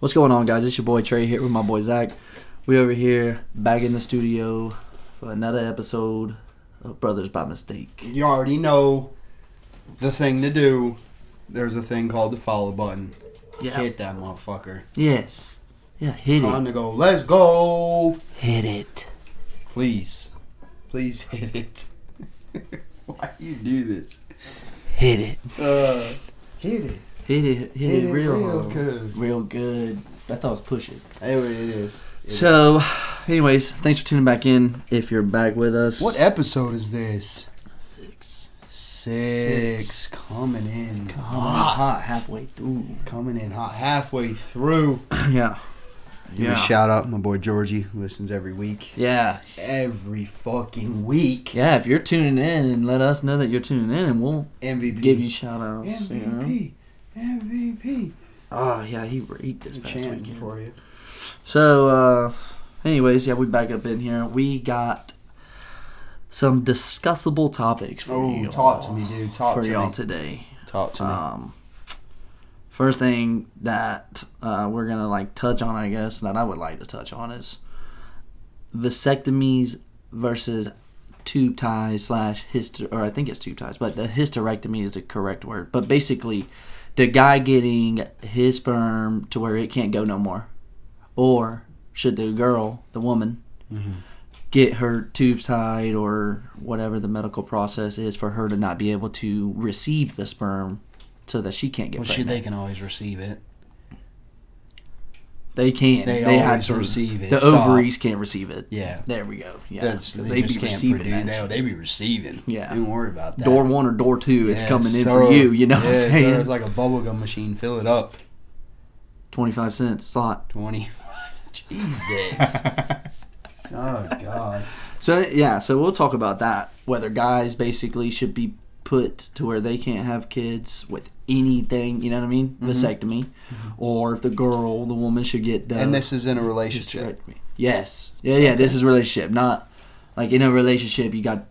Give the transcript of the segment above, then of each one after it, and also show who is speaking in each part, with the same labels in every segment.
Speaker 1: What's going on, guys? It's your boy Trey here with my boy Zach. We over here back in the studio for another episode of Brothers by Mistake.
Speaker 2: You already know the thing to do. There's a thing called the follow button.
Speaker 1: Yeah.
Speaker 2: Hit that motherfucker.
Speaker 1: Yes. Yeah. Hit
Speaker 2: Time
Speaker 1: it.
Speaker 2: to go. Let's go.
Speaker 1: Hit it.
Speaker 2: Please, please hit it. Why you do this?
Speaker 1: Hit it.
Speaker 2: Uh, hit it.
Speaker 1: Hit it. Hit, it, real, hard.
Speaker 2: good.
Speaker 1: Real good. I thought it was push it.
Speaker 2: Anyway, it is. It is.
Speaker 1: So, anyways, thanks for tuning back in. If you're back with us,
Speaker 2: what e- episode is this?
Speaker 1: Six.
Speaker 2: Six.
Speaker 1: Six.
Speaker 2: Coming in
Speaker 1: Hot. Halfway through.
Speaker 2: Coming in hot. Halfway through.
Speaker 1: yeah.
Speaker 2: Give a shout out, my boy Georgie, who listens every week.
Speaker 1: Yeah.
Speaker 2: Every fucking week.
Speaker 1: Yeah. If you're tuning in, and let us know that you're tuning in, and we'll
Speaker 2: MVP.
Speaker 1: give you shout outs. You know?
Speaker 2: MVP. MVP.
Speaker 1: Oh yeah, he raked this
Speaker 2: I'm
Speaker 1: past
Speaker 2: chanting
Speaker 1: weekend.
Speaker 2: for you.
Speaker 1: So, uh, anyways, yeah, we back up in here. We got some discussable topics for
Speaker 2: Oh,
Speaker 1: you
Speaker 2: talk
Speaker 1: all-
Speaker 2: to me, dude. Talk
Speaker 1: for
Speaker 2: to
Speaker 1: y'all
Speaker 2: me. Uh,
Speaker 1: today.
Speaker 2: Talk to me.
Speaker 1: Um, first thing that uh, we're gonna like touch on, I guess, that I would like to touch on is vasectomies versus tube ties slash hyster, or I think it's tube ties, but the hysterectomy is the correct word. But basically, the guy getting his sperm to where it can't go no more, or should the girl, the woman,
Speaker 2: mm-hmm.
Speaker 1: get her tubes tied or whatever the medical process is for her to not be able to receive the sperm so that she can't get
Speaker 2: well, shit,
Speaker 1: pregnant.
Speaker 2: they can always receive it.
Speaker 1: they, can.
Speaker 2: they
Speaker 1: They, have
Speaker 2: always
Speaker 1: to
Speaker 2: receive it.
Speaker 1: The
Speaker 2: Stop.
Speaker 1: ovaries can't receive it.
Speaker 2: Yeah.
Speaker 1: There we go. Yeah.
Speaker 2: That's,
Speaker 1: 'Cause
Speaker 2: they, just can't produce.
Speaker 1: that
Speaker 2: They,
Speaker 1: shit.
Speaker 2: they be receiving.
Speaker 1: Yeah.
Speaker 2: Don't worry about that.
Speaker 1: Door one or door two, it's
Speaker 2: Yeah,
Speaker 1: coming in
Speaker 2: so-
Speaker 1: for you. You know
Speaker 2: yeah,
Speaker 1: what I'm
Speaker 2: so
Speaker 1: saying?
Speaker 2: It's like a bubblegum machine. Fill it up.
Speaker 1: 25 cents slot.
Speaker 2: 20. Jesus. oh, God.
Speaker 1: So, yeah, so we'll talk about that. Whether guys basically should be put to where they can't have kids with anything, you know what I mean?
Speaker 2: Mm-hmm.
Speaker 1: Vasectomy. Or if the girl, the woman should get the.
Speaker 2: And this is in a relationship.
Speaker 1: hysterectomy. Yes. Yeah, yeah. This is relationship, not like in a relationship you got.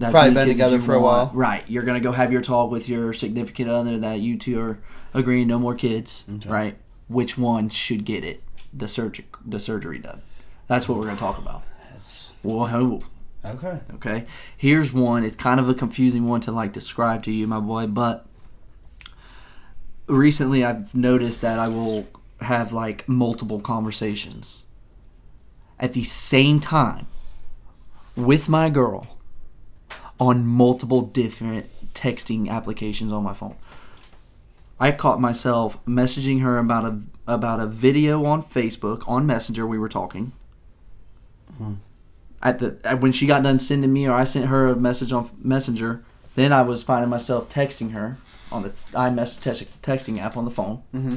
Speaker 1: as
Speaker 2: Probably
Speaker 1: many
Speaker 2: been
Speaker 1: kids as
Speaker 2: together
Speaker 1: you
Speaker 2: for a
Speaker 1: want.
Speaker 2: while.
Speaker 1: Right. You're gonna go have your talk with your significant other that you two are agreeing no more kids. Right. Which one should get it? The surgery, the surgery done. That's what we're gonna talk about.
Speaker 2: That's,
Speaker 1: Whoa.
Speaker 2: okay.
Speaker 1: Okay. Here's one. It's kind of a confusing one to like describe to you, my boy, but recently I've noticed that I will have like multiple conversations at the same time with my girl on multiple different texting applications on my phone. I caught myself messaging her about a about a video on Facebook on Messenger we were talking
Speaker 2: Hmm.
Speaker 1: at the at, when she got done sending me or I sent her a message on Messenger, then I was finding myself texting her on the iMessage text, texting app on the phone
Speaker 2: Mm-hmm.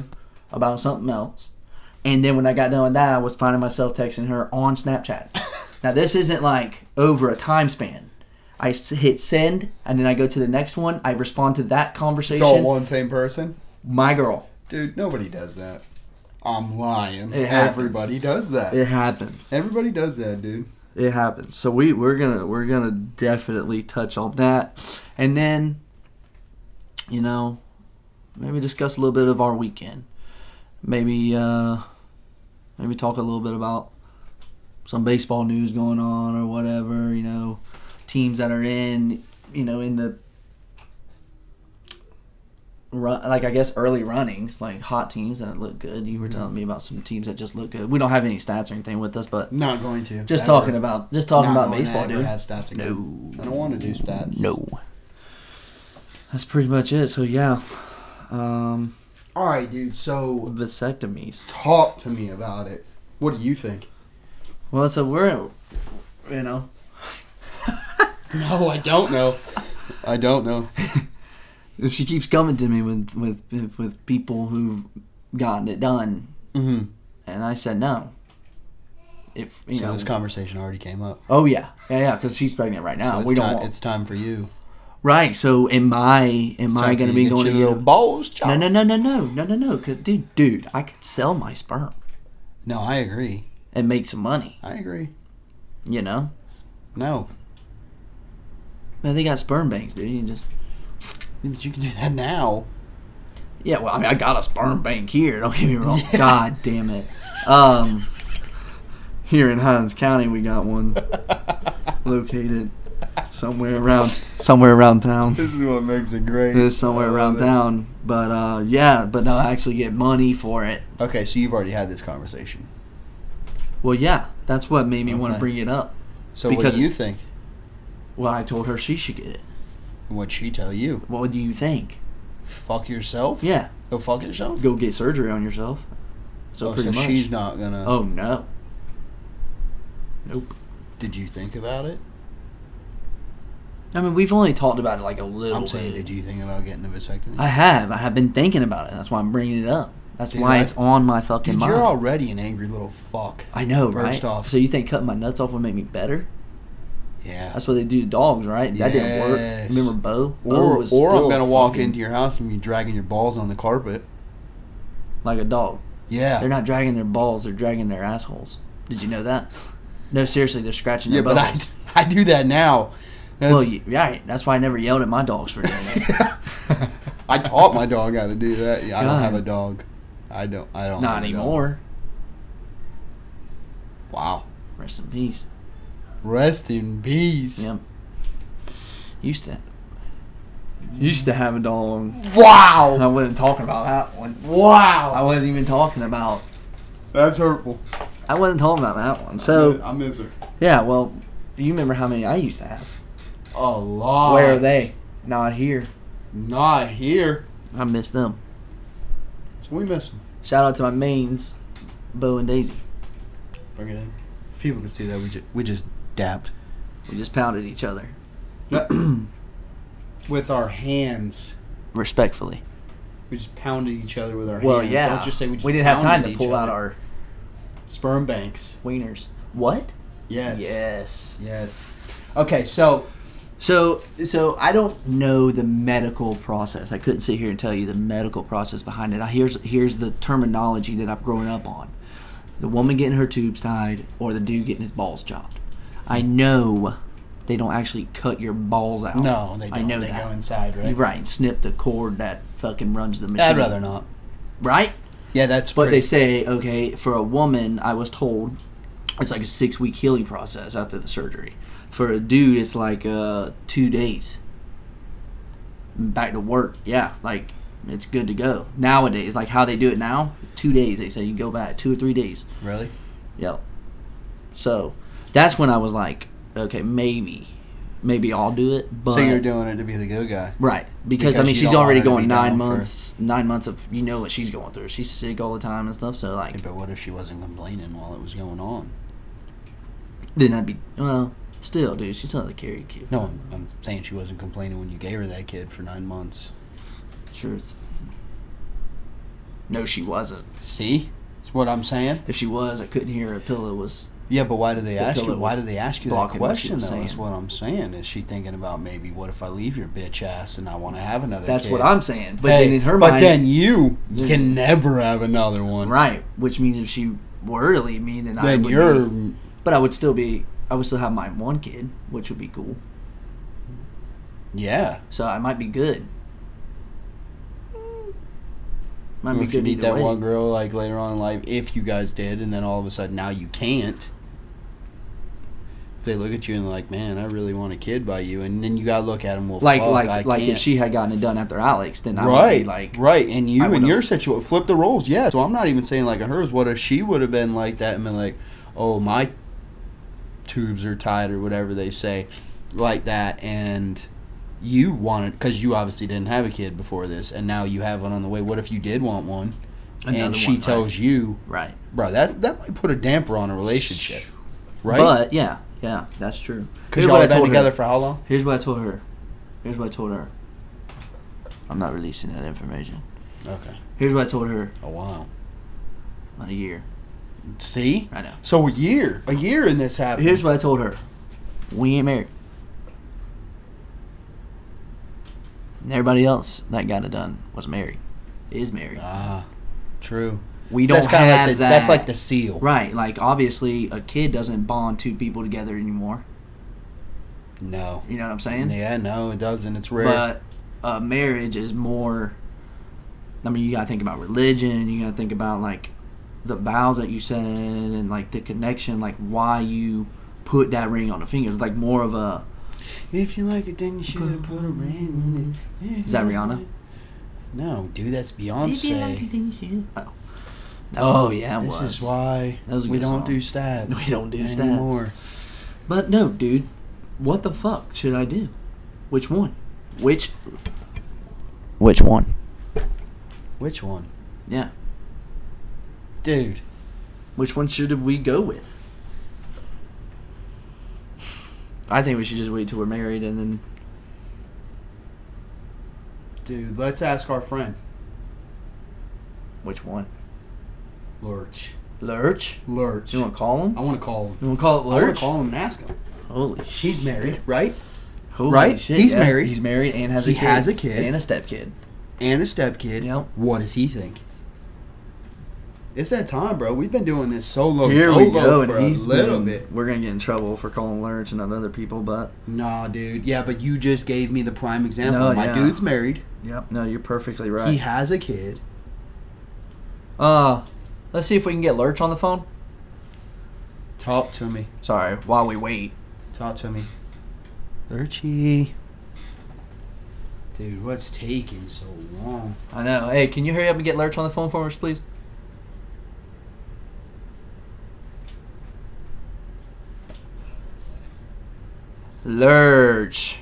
Speaker 1: about something else. And then when I got done with that, I was finding myself texting her on Snapchat. now this isn't like over a time span. I s- hit send and then I go to the next one. I respond to that
Speaker 2: It's all
Speaker 1: conversation.
Speaker 2: one same person?
Speaker 1: My girl.
Speaker 2: Dude, nobody does that. I'm lying.
Speaker 1: It happens.
Speaker 2: Everybody does that.
Speaker 1: It happens.
Speaker 2: Everybody does that, dude.
Speaker 1: it happens. So we we're gonna we're gonna definitely touch on that, and then, you know, maybe discuss a little bit of our weekend. Maybe uh, maybe talk a little bit about some baseball news going on or whatever. You know, teams that are in you know in the run like I guess early runnings like hot teams that look good. You were telling me about some teams that just look good. We don't have any stats or anything with us, but
Speaker 2: Not going to.
Speaker 1: just
Speaker 2: Ever.
Speaker 1: talking about just talking
Speaker 2: Not
Speaker 1: about
Speaker 2: going to
Speaker 1: baseball,
Speaker 2: ever
Speaker 1: dude.
Speaker 2: Have stats again.
Speaker 1: No.
Speaker 2: I don't want to do stats.
Speaker 1: That's pretty much it. So yeah, um,
Speaker 2: All right, dude. So
Speaker 1: vasectomies.
Speaker 2: talk to me about it. What do you think?
Speaker 1: Well, so we're, you know,
Speaker 2: No, I don't know. I don't know.
Speaker 1: she keeps coming to me with with with people who've gotten it done,
Speaker 2: Mm-hmm.
Speaker 1: and I said no. If you
Speaker 2: so
Speaker 1: know,
Speaker 2: this conversation already came up.
Speaker 1: oh yeah, yeah, yeah, because she's pregnant right
Speaker 2: so
Speaker 1: now.
Speaker 2: it's
Speaker 1: we don't
Speaker 2: time,
Speaker 1: want
Speaker 2: It's time for you.
Speaker 1: right. So am I? Am I going to be going to get? A,
Speaker 2: balls?
Speaker 1: no, no, no, no, no, no, no, no. 'cause, Dude, dude, I could sell my sperm
Speaker 2: No, I agree.
Speaker 1: and make some money.
Speaker 2: I agree.
Speaker 1: You know.
Speaker 2: No,
Speaker 1: Man, they got sperm banks, dude. You can just
Speaker 2: but you can do that now.
Speaker 1: Yeah, well, I mean, I got a sperm bank here. Don't get me wrong. God damn it. Um, here in Hines County, we got one located somewhere around somewhere around town.
Speaker 2: This is what makes it
Speaker 1: It
Speaker 2: great.
Speaker 1: is somewhere
Speaker 2: I love
Speaker 1: around
Speaker 2: it.
Speaker 1: town. But uh, yeah, but no, I actually get money for it.
Speaker 2: Okay, so you've already had this conversation.
Speaker 1: Well, yeah, that's what made me want to
Speaker 2: Okay.
Speaker 1: bring it up.
Speaker 2: So what
Speaker 1: Because-
Speaker 2: do you think?
Speaker 1: Well, I told her she should get it.
Speaker 2: And What'd she tell you?
Speaker 1: What do you think?
Speaker 2: Fuck yourself?
Speaker 1: Yeah,
Speaker 2: Go fuck yourself?
Speaker 1: go get surgery on yourself. So
Speaker 2: oh,
Speaker 1: pretty
Speaker 2: so
Speaker 1: much.
Speaker 2: she's not gonna.
Speaker 1: Oh no. Nope.
Speaker 2: Did you think about it?
Speaker 1: I mean, we've only talked about it like a little.
Speaker 2: I'm saying,
Speaker 1: bit.
Speaker 2: did you think about getting a vasectomy?
Speaker 1: I have. I have been thinking about it. That's why I'm bringing it up. That's
Speaker 2: Dude,
Speaker 1: why
Speaker 2: I-
Speaker 1: it's on my fucking
Speaker 2: Dude,
Speaker 1: mind.
Speaker 2: you're already an angry little fuck.
Speaker 1: I know, right?
Speaker 2: First off.
Speaker 1: So you think cutting my nuts off would make me better?
Speaker 2: Yeah.
Speaker 1: That's what they do to dogs, right? That didn't work.
Speaker 2: Yes.
Speaker 1: Remember Bo? Bo
Speaker 2: Or,
Speaker 1: was
Speaker 2: or I'm
Speaker 1: still
Speaker 2: gonna walk
Speaker 1: fucking
Speaker 2: into your house and you dragging your balls on the carpet.
Speaker 1: like a dog.
Speaker 2: Yeah.
Speaker 1: They're not dragging their balls; they're dragging their assholes. Did you know that? No, seriously, they're scratching
Speaker 2: yeah,
Speaker 1: their
Speaker 2: but I,
Speaker 1: balls.
Speaker 2: I do that now. That's,
Speaker 1: well, you, yeah, right. That's why I never yelled at my dogs for doing that.
Speaker 2: I taught my dog how to do that. Yeah, I don't
Speaker 1: God.
Speaker 2: have a dog. I don't. I don't.
Speaker 1: not
Speaker 2: have a dog.
Speaker 1: anymore.
Speaker 2: Wow.
Speaker 1: Rest in peace.
Speaker 2: Rest in peace.
Speaker 1: Yeah. Used to. Used to have a dog. I
Speaker 2: Wow.
Speaker 1: wasn't talking about that one. I
Speaker 2: Wow.
Speaker 1: wasn't even talking about.
Speaker 2: That's hurtful.
Speaker 1: I wasn't talking about that one. So
Speaker 2: I miss her.
Speaker 1: yeah, well, you remember how many I used to have?
Speaker 2: A lot.
Speaker 1: Where are they? Not here.
Speaker 2: Not here.
Speaker 1: I miss them.
Speaker 2: So we miss them.
Speaker 1: Shout out to my mains, Bo and Daisy.
Speaker 2: Bring it in. If people could see that we just we just dapped
Speaker 1: We just pounded each other
Speaker 2: with our hands.
Speaker 1: respectfully.
Speaker 2: We just pounded each other with our
Speaker 1: Well,
Speaker 2: hands.
Speaker 1: yeah.
Speaker 2: Don't just say we just
Speaker 1: didn't have time
Speaker 2: pounded
Speaker 1: to
Speaker 2: each
Speaker 1: pull out
Speaker 2: other.
Speaker 1: our
Speaker 2: sperm banks.
Speaker 1: wieners. What?
Speaker 2: Yes.
Speaker 1: Yes.
Speaker 2: Yes. Okay, so
Speaker 1: So, so I don't know the medical process. I couldn't sit here and tell you the medical process behind it. I, here's here's the terminology that I've grown up on: the woman getting her tubes tied, or the dude getting his balls chopped. I know they don't actually cut your balls out.
Speaker 2: no, they don't.
Speaker 1: I know
Speaker 2: they
Speaker 1: that.
Speaker 2: go inside, right?
Speaker 1: You're right. and Snip the cord that fucking runs the machine.
Speaker 2: I'd rather not.
Speaker 1: Right.
Speaker 2: Yeah, that's
Speaker 1: But
Speaker 2: pretty-
Speaker 1: they say, okay, for a woman, I was told it's like a six week healing process after the surgery. For a dude, it's like uh, two days. Back to work, yeah, like it's good to go. Nowadays, like how they do it now, two days they say you go back, two or three days.
Speaker 2: really.
Speaker 1: Yep. So that's when I was like, okay, maybe, maybe I'll do it. But
Speaker 2: so you're doing it to be the good guy.
Speaker 1: Right, because, I
Speaker 2: Because
Speaker 1: mean,
Speaker 2: you
Speaker 1: she's
Speaker 2: don't want
Speaker 1: already
Speaker 2: her to
Speaker 1: going
Speaker 2: be
Speaker 1: nine
Speaker 2: down for-
Speaker 1: months. Nine months of you know what she's going through. She's sick all the time and stuff. So like,
Speaker 2: But what if she wasn't complaining while it was going on?
Speaker 1: then I'd be well. Still, dude, she's not a carry kid.
Speaker 2: No, I'm, I'm saying she wasn't complaining when you gave her that kid for nine months.
Speaker 1: truth. No, she wasn't.
Speaker 2: See, that's what I'm saying.
Speaker 1: If she was, I couldn't hear her pillow was.
Speaker 2: Yeah, but why do they
Speaker 1: The
Speaker 2: ask you?
Speaker 1: pillow
Speaker 2: Why
Speaker 1: was
Speaker 2: do they ask you that
Speaker 1: blocking what she
Speaker 2: question?
Speaker 1: was
Speaker 2: Though is
Speaker 1: saying.
Speaker 2: what I'm saying. Is she thinking about maybe what if I leave your bitch ass and I want to have another?
Speaker 1: That's
Speaker 2: kid?
Speaker 1: what I'm saying. But
Speaker 2: Hey,
Speaker 1: then in her
Speaker 2: but
Speaker 1: mind,
Speaker 2: then you
Speaker 1: Yeah.
Speaker 2: can never have another one.
Speaker 1: right? Which means if she were to leave me, then, I
Speaker 2: Then
Speaker 1: would
Speaker 2: you're
Speaker 1: be- but I would still be. I would still have my one kid, which would be cool.
Speaker 2: yeah.
Speaker 1: So I might be good. Might be
Speaker 2: if you
Speaker 1: good
Speaker 2: meet
Speaker 1: either
Speaker 2: that
Speaker 1: way.
Speaker 2: one girl like later on in life, if you guys did, and then all of a sudden now you can't. If they look at you and like, man, I really want a kid by you, and then you gotta look at them. Well,
Speaker 1: like
Speaker 2: fuck,
Speaker 1: like
Speaker 2: I
Speaker 1: like
Speaker 2: can't.
Speaker 1: if she had gotten it done after Alex, then I would
Speaker 2: right,
Speaker 1: be like
Speaker 2: right, and
Speaker 1: I
Speaker 2: you in
Speaker 1: would've-
Speaker 2: your situation flip the roles, yeah. So I'm not even saying like a hers. What if she would have been like that and been like, oh my tubes are tied or whatever they say, like that, and you wanted because you obviously didn't have a kid before this, and now you have one on the way. What if you did want one,
Speaker 1: Another
Speaker 2: and she
Speaker 1: one, right.
Speaker 2: tells you,
Speaker 1: right.
Speaker 2: bro, that that might put a damper on a relationship, right?
Speaker 1: But yeah, yeah, that's true.
Speaker 2: because
Speaker 1: Here's
Speaker 2: y'all
Speaker 1: what I
Speaker 2: have been
Speaker 1: told
Speaker 2: together
Speaker 1: Her.
Speaker 2: for how long?
Speaker 1: Here's what I told her. Here's what I told her. I'm not releasing that information.
Speaker 2: Okay,
Speaker 1: Here's what I told her
Speaker 2: a while.
Speaker 1: about a year.
Speaker 2: See,
Speaker 1: I know.
Speaker 2: so a year, a year, and this happened.
Speaker 1: Here's what I told her. We ain't married. And everybody else that got it done was married. Is married.
Speaker 2: Ah, true.
Speaker 1: we
Speaker 2: So
Speaker 1: don't
Speaker 2: kinda
Speaker 1: have
Speaker 2: like the,
Speaker 1: that.
Speaker 2: That's like the seal.
Speaker 1: Right, like obviously a kid doesn't bond two people together anymore.
Speaker 2: No.
Speaker 1: You know what I'm saying? uh,
Speaker 2: Yeah, no, it doesn't. It's rare.
Speaker 1: But a marriage is more I mean, you got to think about religion. You got to think about like the vows that you said and like the connection, like why you put that ring on the finger. It's like more of a
Speaker 2: If you like it, then you should have put a ring on it.
Speaker 1: Is that Rihanna?
Speaker 2: No, dude, that's Beyonce.
Speaker 1: oh, oh yeah, it
Speaker 2: This
Speaker 1: was.
Speaker 2: is why
Speaker 1: That was a
Speaker 2: we
Speaker 1: good
Speaker 2: don't
Speaker 1: song.
Speaker 2: do stats.
Speaker 1: We don't do stats.
Speaker 2: anymore.
Speaker 1: But no, dude, what the fuck should I do? Which one? Which? Which one?
Speaker 2: Which one?
Speaker 1: Yeah.
Speaker 2: Dude.
Speaker 1: Which one should we go with? I think we should just wait till we're married and then.
Speaker 2: Dude, let's ask our friend.
Speaker 1: Which one?
Speaker 2: Lurch.
Speaker 1: Lurch?
Speaker 2: Lurch.
Speaker 1: You want to call him?
Speaker 2: I want to call him.
Speaker 1: You want to call it
Speaker 2: I want
Speaker 1: Lurch?
Speaker 2: to call him and ask him.
Speaker 1: Holy shit.
Speaker 2: He's married, right?
Speaker 1: Holy
Speaker 2: right?
Speaker 1: shit,
Speaker 2: He's
Speaker 1: yeah.
Speaker 2: married.
Speaker 1: He's married and has a
Speaker 2: He
Speaker 1: kid.
Speaker 2: has a kid.
Speaker 1: And a stepkid.
Speaker 2: And a stepkid.
Speaker 1: Yep.
Speaker 2: What does he think? It's that time, bro. We've been doing this solo
Speaker 1: Here we
Speaker 2: dolo
Speaker 1: go,
Speaker 2: Oh, for
Speaker 1: and he's
Speaker 2: a little
Speaker 1: been-
Speaker 2: bit.
Speaker 1: We're gonna get in trouble for calling Lurch and not other people, but
Speaker 2: Nah, dude. Yeah, but you just gave me the prime example.
Speaker 1: No,
Speaker 2: My
Speaker 1: yeah.
Speaker 2: dude's married.
Speaker 1: yep. No, you're perfectly
Speaker 2: He
Speaker 1: right.
Speaker 2: has a kid.
Speaker 1: uh, let's see if we can get Lurch on the phone.
Speaker 2: Talk to me.
Speaker 1: Sorry, while we wait.
Speaker 2: Talk to me. Lurchy. Dude, what's taking so long?
Speaker 1: I know. Hey, can you hurry up and get Lurch on the phone for us, please? Lurch.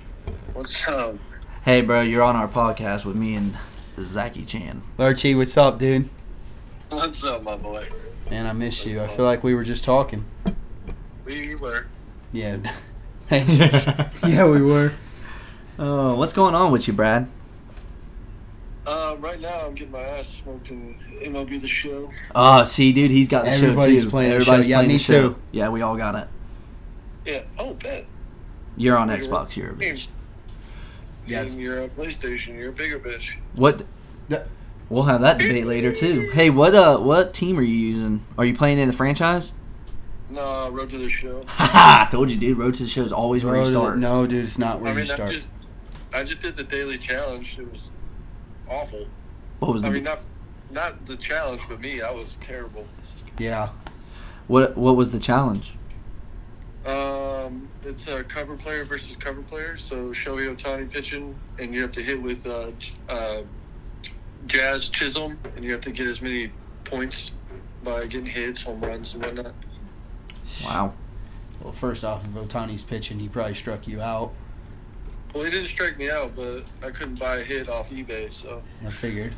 Speaker 3: What's up?
Speaker 1: Hey, bro, you're on our podcast with me and Zachy Chan.
Speaker 2: Lurchy, what's up, dude?
Speaker 3: What's up, my boy?
Speaker 2: Man, I miss you. I feel like we were just talking.
Speaker 3: We were.
Speaker 2: Yeah. Thanks. yeah, we were.
Speaker 1: Oh, what's going on with you, Brad?
Speaker 3: Uh, right now, I'm getting my ass smoked in MLB The Show.
Speaker 1: Oh, see, dude, he's got the
Speaker 2: Everybody's
Speaker 1: show too.
Speaker 2: playing the
Speaker 1: Everybody's
Speaker 2: show. Yeah,
Speaker 1: playing
Speaker 2: me
Speaker 1: the show.
Speaker 2: too.
Speaker 1: Yeah, we all got it.
Speaker 3: Yeah. Oh, bet.
Speaker 1: You're on
Speaker 3: You're-
Speaker 1: Xbox. You're a bitch.
Speaker 2: Yes.
Speaker 3: Yes. You're a PlayStation. You're a bigger bitch.
Speaker 1: What?
Speaker 2: Th-
Speaker 1: We'll have that debate later too. Hey, what uh, what team are you using? Are you playing in the franchise?
Speaker 3: Nah, road to the show.
Speaker 1: Haha, told you, dude. Road to the show is always where you start.
Speaker 2: No, dude, it's not where
Speaker 3: I mean,
Speaker 2: you start.
Speaker 3: I just, I just did the daily challenge. It was awful.
Speaker 1: What was the
Speaker 3: I mean, not, not the challenge, but me. I was terrible.
Speaker 2: Yeah.
Speaker 1: what? What was the challenge?
Speaker 3: Um, it's a cover player versus cover player. So Shohei Otani pitching, and you have to hit with uh, J- uh, Jazz Chisholm, and you have to get as many points by getting hits, home runs, and whatnot.
Speaker 1: Wow.
Speaker 2: Well, first off, if Otani's pitching, he probably struck you out.
Speaker 3: Well, he didn't strike me out, but I couldn't buy a hit off eBay. So
Speaker 2: I figured.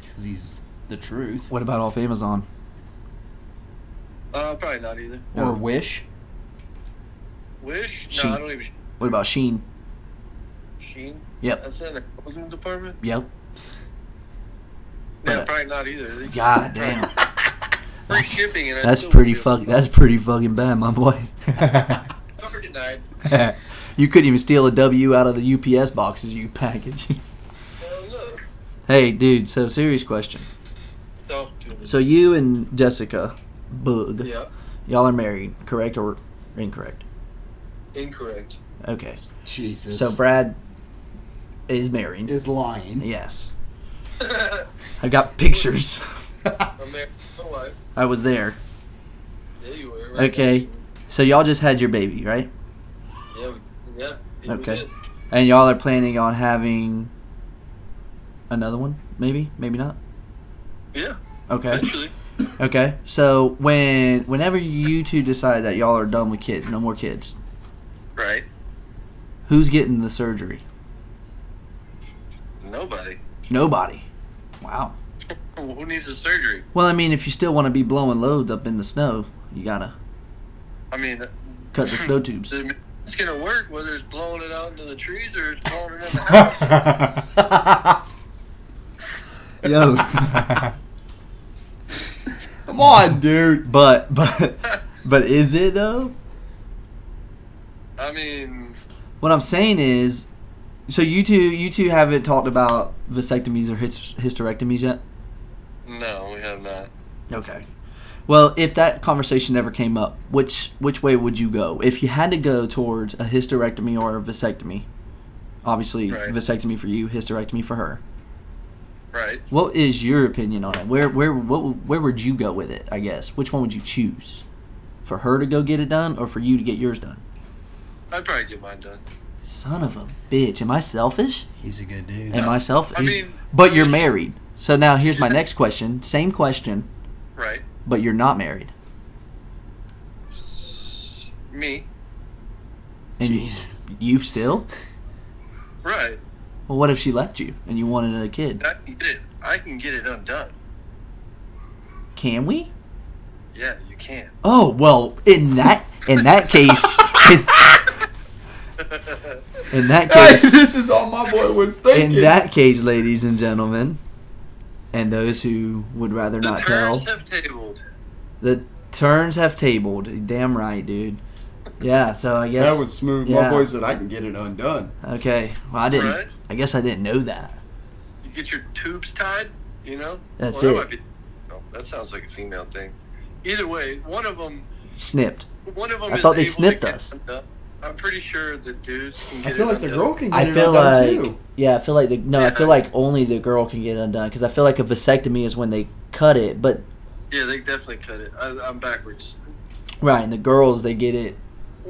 Speaker 2: Because he's the truth.
Speaker 1: What about off Amazon?
Speaker 3: uh, probably not either.
Speaker 1: No.
Speaker 2: Or Wish.
Speaker 3: Wish? No,
Speaker 1: Sheen.
Speaker 3: I don't even.
Speaker 1: What about Sheen?
Speaker 3: Sheen.
Speaker 1: Yep.
Speaker 3: That's in the housing department.
Speaker 1: Yep.
Speaker 3: Yeah,
Speaker 1: Right.
Speaker 3: probably not either.
Speaker 1: God damn.
Speaker 3: Free shipping, and I
Speaker 1: That's
Speaker 3: still
Speaker 1: pretty
Speaker 3: wouldn't
Speaker 1: fuck.
Speaker 3: be able
Speaker 1: That's pretty fucking bad, my boy.
Speaker 3: to cover tonight.
Speaker 1: you couldn't even steal a W out of the UPS boxes you package.
Speaker 3: Well, look,
Speaker 1: hey, dude. So serious question.
Speaker 3: talk to me.
Speaker 1: So you and Jessica, Bug,
Speaker 3: Yeah,
Speaker 1: y'all are married, correct or incorrect?
Speaker 3: incorrect.
Speaker 1: Okay.
Speaker 2: Jesus.
Speaker 1: So Brad is married.
Speaker 2: is lying.
Speaker 1: yes. I got pictures.
Speaker 3: I'm there. My wife.
Speaker 1: I was there.
Speaker 3: Yeah, you were. Right
Speaker 1: Okay. So y'all just had your baby, right?
Speaker 3: Yeah. We, yeah. yeah, we
Speaker 1: Okay.
Speaker 3: did.
Speaker 1: And y'all are planning on having another one? Maybe, maybe not.
Speaker 3: Yeah.
Speaker 1: Okay.
Speaker 3: Actually,
Speaker 1: Okay. So when whenever you two decide that y'all are done with kids, no more kids,
Speaker 3: right.
Speaker 1: who's getting the surgery?
Speaker 3: Nobody.
Speaker 1: Nobody. Wow.
Speaker 3: Who needs a surgery?
Speaker 1: Well, I mean, if you still want to be blowing loads up in the snow, you gotta
Speaker 3: I mean,
Speaker 1: cut the snow tubes.
Speaker 3: it's gonna work whether it's blowing it out into the trees or it's blowing it in the house.
Speaker 1: Yo.
Speaker 2: Come on, dude.
Speaker 1: But but but is it though?
Speaker 3: I mean,
Speaker 1: What I'm saying is, so you two you two haven't talked about vasectomies or hys- hysterectomies yet.
Speaker 3: no, we have not.
Speaker 1: Okay. Well, if that conversation never came up, which which way would you go? If you had to go towards a hysterectomy or a vasectomy, obviously
Speaker 3: Right.
Speaker 1: vasectomy for you, hysterectomy for her.
Speaker 3: right?
Speaker 1: What is your opinion on it? Where where what where would you go with it? I guess which one would you choose? For her to go get it done, or for you to get yours done?
Speaker 3: I'd probably get mine done.
Speaker 1: Son of a bitch! Am I selfish?
Speaker 2: He's a good dude.
Speaker 1: Am I selfish?
Speaker 3: I mean-
Speaker 1: but you're married. So now here's my next question. Same question,
Speaker 3: Right.
Speaker 1: but you're not married.
Speaker 3: Me.
Speaker 1: And
Speaker 2: Jeez.
Speaker 1: you still?
Speaker 3: Right.
Speaker 1: Well, what if she left you and you wanted a kid?
Speaker 3: I can get it. I can get it undone.
Speaker 1: Can we?
Speaker 3: Yeah, you can.
Speaker 1: Oh well, in that in that case, in, in that case,
Speaker 2: this is all my boy was
Speaker 1: in
Speaker 2: thinking.
Speaker 1: that case, ladies and gentlemen, and those who would rather
Speaker 3: The
Speaker 1: not
Speaker 3: terms
Speaker 1: tell,
Speaker 3: have tabled.
Speaker 1: the turns have tabled. Damn right, dude. Yeah, so I guess
Speaker 2: that was smooth.
Speaker 1: yeah.
Speaker 2: My boy said, "I can get it undone."
Speaker 1: okay. Well, I didn't.
Speaker 3: Right.
Speaker 1: I guess I didn't know that.
Speaker 3: You get your tubes tied. You know.
Speaker 1: That's
Speaker 3: that
Speaker 1: it.
Speaker 3: might be- no, that sounds like a female thing. Either way, one of them.
Speaker 1: Snipped.
Speaker 3: One of them.
Speaker 1: I
Speaker 3: is
Speaker 1: thought they
Speaker 3: able to
Speaker 1: snipped
Speaker 3: get
Speaker 1: us.
Speaker 3: undone. I'm pretty sure the dudes can
Speaker 2: I
Speaker 3: get
Speaker 2: feel
Speaker 3: it
Speaker 2: like the
Speaker 3: undone.
Speaker 2: girl can get
Speaker 1: I
Speaker 2: it
Speaker 1: feel
Speaker 2: undone
Speaker 1: like
Speaker 2: too.
Speaker 1: yeah, I feel like the no, I
Speaker 3: Yeah.
Speaker 1: feel like only the girl can get undone because I feel like a vasectomy is when they cut it, but
Speaker 3: Yeah, they definitely cut it. I, I'm backwards.
Speaker 1: right, and the girls they get it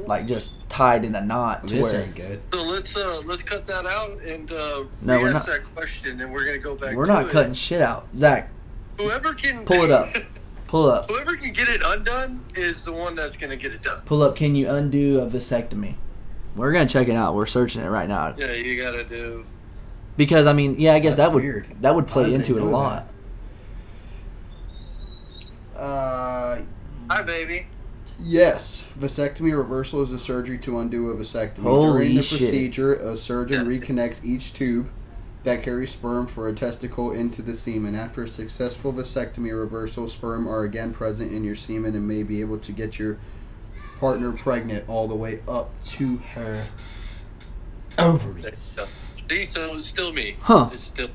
Speaker 1: like just tied in a knot to where
Speaker 2: good.
Speaker 3: So let's uh, let's cut that out and uh,
Speaker 1: No, we're not.
Speaker 3: re-ask that question, and we're gonna go back.
Speaker 1: we're
Speaker 3: to
Speaker 1: not
Speaker 3: it.
Speaker 1: cutting shit out. Zach,
Speaker 3: Whoever can
Speaker 1: Pull it up. pull up,
Speaker 3: Whoever can get it undone is the one that's gonna get it done.
Speaker 1: pull up. Can you undo a vasectomy? We're gonna check it out. We're searching it right now
Speaker 3: Yeah, you gotta do.
Speaker 1: because I mean, yeah, I guess
Speaker 2: That's
Speaker 1: that would
Speaker 2: weird.
Speaker 1: that would
Speaker 2: How
Speaker 1: play
Speaker 2: did
Speaker 1: into
Speaker 2: they
Speaker 1: it a
Speaker 2: know
Speaker 1: lot.
Speaker 2: Uh,
Speaker 3: Hi, baby.
Speaker 2: yes, vasectomy reversal is a surgery to undo a vasectomy.
Speaker 1: Holy
Speaker 2: During the
Speaker 1: shit.
Speaker 2: procedure, a surgeon reconnects each tube that carries sperm for a testicle into the semen. After a successful vasectomy reversal, sperm are again present in your semen and may be able to get your partner pregnant all the way up to her ovaries.
Speaker 3: See, so it's still me.
Speaker 1: Huh.
Speaker 3: It's still.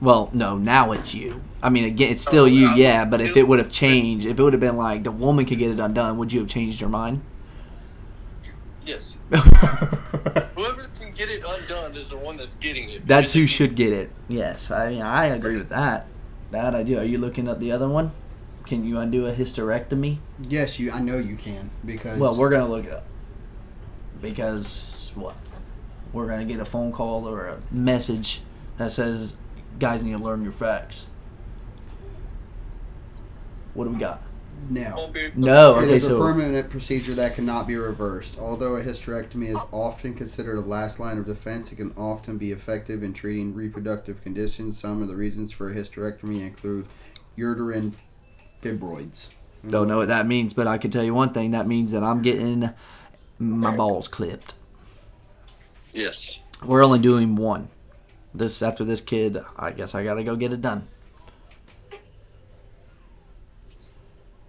Speaker 1: Well, no, now it's you. I mean, again, it's still
Speaker 3: Oh,
Speaker 1: you,
Speaker 3: I'm-
Speaker 1: yeah. But if it would have changed, if it would have been like the woman could get it undone, would you have changed your mind?
Speaker 3: Yes. Whoever can get it undone is the one that's getting it.
Speaker 1: That's who should get it. Yes, I mean, I agree with that. That I do. Are you looking up the other one? Can you undo a hysterectomy?
Speaker 2: Yes, you. I know you can because
Speaker 1: Well, we're gonna look it up because what? We're gonna get a phone call or a message that says, "Guys need to learn your facts." What do we got?
Speaker 2: now.
Speaker 1: No.
Speaker 2: It
Speaker 1: Okay,
Speaker 2: is a
Speaker 1: so
Speaker 2: permanent procedure that cannot be reversed. Although a hysterectomy is often considered a last line of defense, it can often be effective in treating reproductive conditions. Some of the reasons for a hysterectomy include uterine fibroids.
Speaker 1: don't know what that means, but I can tell you one thing. That means that I'm getting my balls clipped.
Speaker 3: Yes.
Speaker 1: We're only doing one. This after this kid, I guess I gotta go get it done.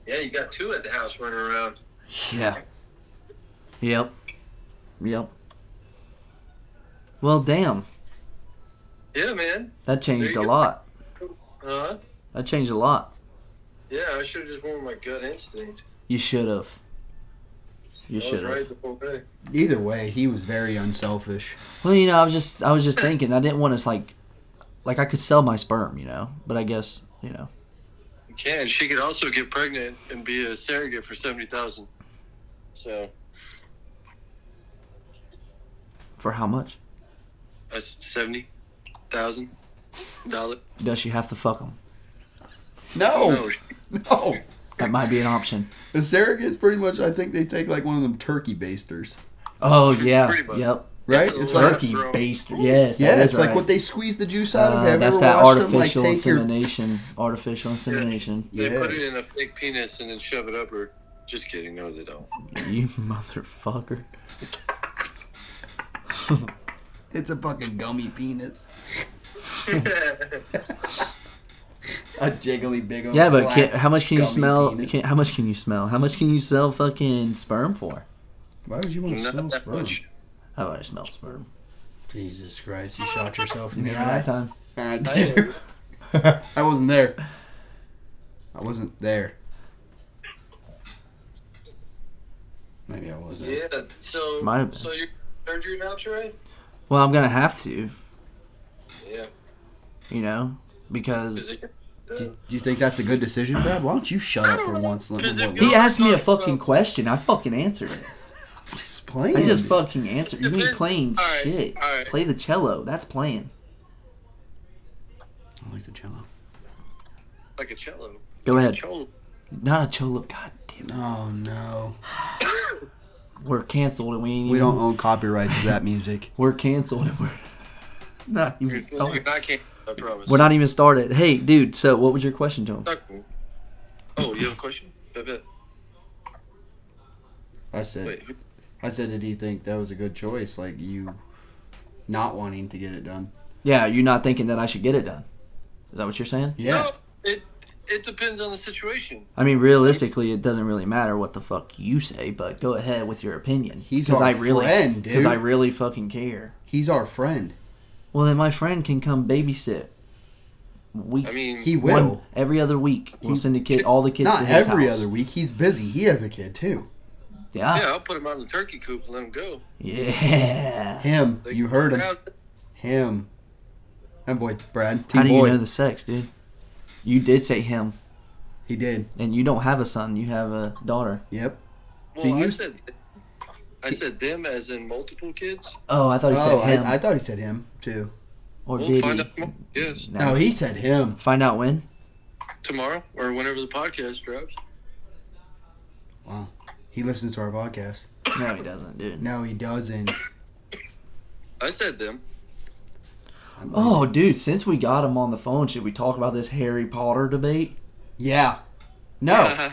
Speaker 3: Yeah, you got two at the house running around.
Speaker 1: Yeah. Yep. Yep. Well, damn,
Speaker 3: Yeah, man.
Speaker 1: that changed a
Speaker 3: There you go.
Speaker 1: lot.
Speaker 3: Huh?
Speaker 1: That changed a lot.
Speaker 3: Yeah, I should have just went with my gut instinct.
Speaker 1: You should have. You
Speaker 3: I
Speaker 1: should
Speaker 3: was
Speaker 1: have.
Speaker 3: right the whole way.
Speaker 2: Either way, he was very unselfish.
Speaker 1: Well, you know, I was just, I was just thinking. I didn't want to like, like I could sell my sperm, you know. But I guess, you know,
Speaker 3: You can. She could also get pregnant and be a surrogate for seventy thousand. So
Speaker 1: for how much
Speaker 3: that's seventy thousand dollars.
Speaker 1: does she have to fuck them?
Speaker 2: No,
Speaker 3: No,
Speaker 2: no.
Speaker 1: That might be an option.
Speaker 2: The surrogates pretty much. I think they take like one of them turkey basters,
Speaker 1: Oh yeah.
Speaker 3: Pretty much.
Speaker 1: Yep.
Speaker 2: right?
Speaker 3: Yeah,
Speaker 2: It's
Speaker 3: the
Speaker 2: like
Speaker 1: Turkey
Speaker 3: bro.
Speaker 1: based. Yes.
Speaker 2: yeah,
Speaker 1: that is
Speaker 2: it's like
Speaker 1: right.
Speaker 2: what they squeeze the juice out
Speaker 1: Uh,
Speaker 2: of. Have you
Speaker 1: that's
Speaker 2: ever
Speaker 1: that
Speaker 2: watched them,
Speaker 1: artificial
Speaker 2: like, take your-
Speaker 1: insemination. Artificial insemination.
Speaker 3: They put it
Speaker 2: Yes.
Speaker 3: in a fake penis and then shove it up her. Just kidding. No, they don't.
Speaker 1: you motherfucker.
Speaker 2: It's a fucking gummy penis. A jiggly big old
Speaker 1: Yeah, but
Speaker 2: black
Speaker 1: can, how much can you
Speaker 2: gummy
Speaker 1: smell?
Speaker 2: penis.
Speaker 1: Can, how much can you smell? How much can you sell fucking sperm for?
Speaker 2: Why would you want to smell
Speaker 3: Not that
Speaker 2: sperm?
Speaker 3: much.
Speaker 1: How do I smell sperm?
Speaker 2: Jesus Christ, you shot yourself in the
Speaker 1: All the time.
Speaker 2: I did. I wasn't there. I wasn't there. Maybe I wasn't.
Speaker 3: Yeah. So
Speaker 1: Might have been.
Speaker 3: so your surgery now, Trey?
Speaker 1: Well, I'm gonna have to.
Speaker 3: Yeah.
Speaker 1: You know, because
Speaker 2: Do you, do you think that's a good decision, Brad? Why don't you shut up for once? Let
Speaker 3: Is
Speaker 2: me
Speaker 3: it
Speaker 2: let me
Speaker 3: good?
Speaker 1: he asked me a fucking question. I fucking answered it.
Speaker 2: explain.
Speaker 1: I just fucking answered. You mean
Speaker 3: Depends-
Speaker 1: playing
Speaker 3: all right,
Speaker 1: shit?
Speaker 3: all right.
Speaker 1: Play the cello. That's playing.
Speaker 2: I like the cello.
Speaker 3: like a cello.
Speaker 1: Go ahead.
Speaker 3: Cello.
Speaker 1: Not a cello. God damn it.
Speaker 2: Oh no,
Speaker 1: We're canceled and we ain't
Speaker 2: we
Speaker 1: even-
Speaker 2: don't own copyrights to that music.
Speaker 1: We're canceled and we're not even started.
Speaker 3: I can't. I promise.
Speaker 1: We're not even started. Hey, dude. So, what was your question, John?
Speaker 3: Not cool. Oh, you have a question? I bet.
Speaker 2: I said,
Speaker 3: Wait, who-
Speaker 2: I said, did he think that was a good choice? Like you, not wanting to get it done.
Speaker 1: Yeah, you're not thinking that I should get it done. Is that what you're saying?
Speaker 2: Yeah.
Speaker 3: No, it it depends on the situation.
Speaker 1: I mean, realistically, it doesn't really matter what the fuck you say, but go ahead with your opinion.
Speaker 2: He's
Speaker 1: 'Cause
Speaker 2: our
Speaker 1: I really,
Speaker 2: friend, dude.
Speaker 1: I really fucking care.
Speaker 2: He's our friend.
Speaker 1: Well, then my friend can come babysit. Week
Speaker 3: I mean,
Speaker 2: He will.
Speaker 1: one every other week. We'll
Speaker 2: He-
Speaker 1: send a kid, all the kids
Speaker 2: Not
Speaker 1: to his
Speaker 2: every
Speaker 1: house.
Speaker 2: other week. He's busy. He has a kid too.
Speaker 1: Yeah,
Speaker 3: yeah, I'll put him on the turkey coop and let him go.
Speaker 1: yeah.
Speaker 2: Him.
Speaker 3: They-
Speaker 2: You heard him.
Speaker 3: Now,
Speaker 2: Him. That boy, Brad. T
Speaker 1: How do you
Speaker 2: boy.
Speaker 1: know the sex, dude? You did say him,
Speaker 2: He did.
Speaker 1: and you don't have a son. You have a daughter.
Speaker 2: Yep.
Speaker 3: Well, I
Speaker 2: you-
Speaker 3: said, I said them as in multiple kids.
Speaker 1: Oh, I thought you
Speaker 2: Oh,
Speaker 1: said him.
Speaker 2: I, I thought he said him too. Oh,
Speaker 1: or
Speaker 3: We'll
Speaker 1: did
Speaker 3: find
Speaker 1: he?
Speaker 3: out. tomorrow. Yes,
Speaker 1: No.
Speaker 2: No, he said him.
Speaker 1: Find out when.
Speaker 3: tomorrow or whenever the podcast drops.
Speaker 2: Wow. He listens to our podcast.
Speaker 1: No, he doesn't, dude.
Speaker 2: No, he doesn't.
Speaker 3: I said them.
Speaker 2: I'm like,
Speaker 1: Oh, dude, since we got him on the phone, should we talk about this Harry Potter debate?
Speaker 2: Yeah. No.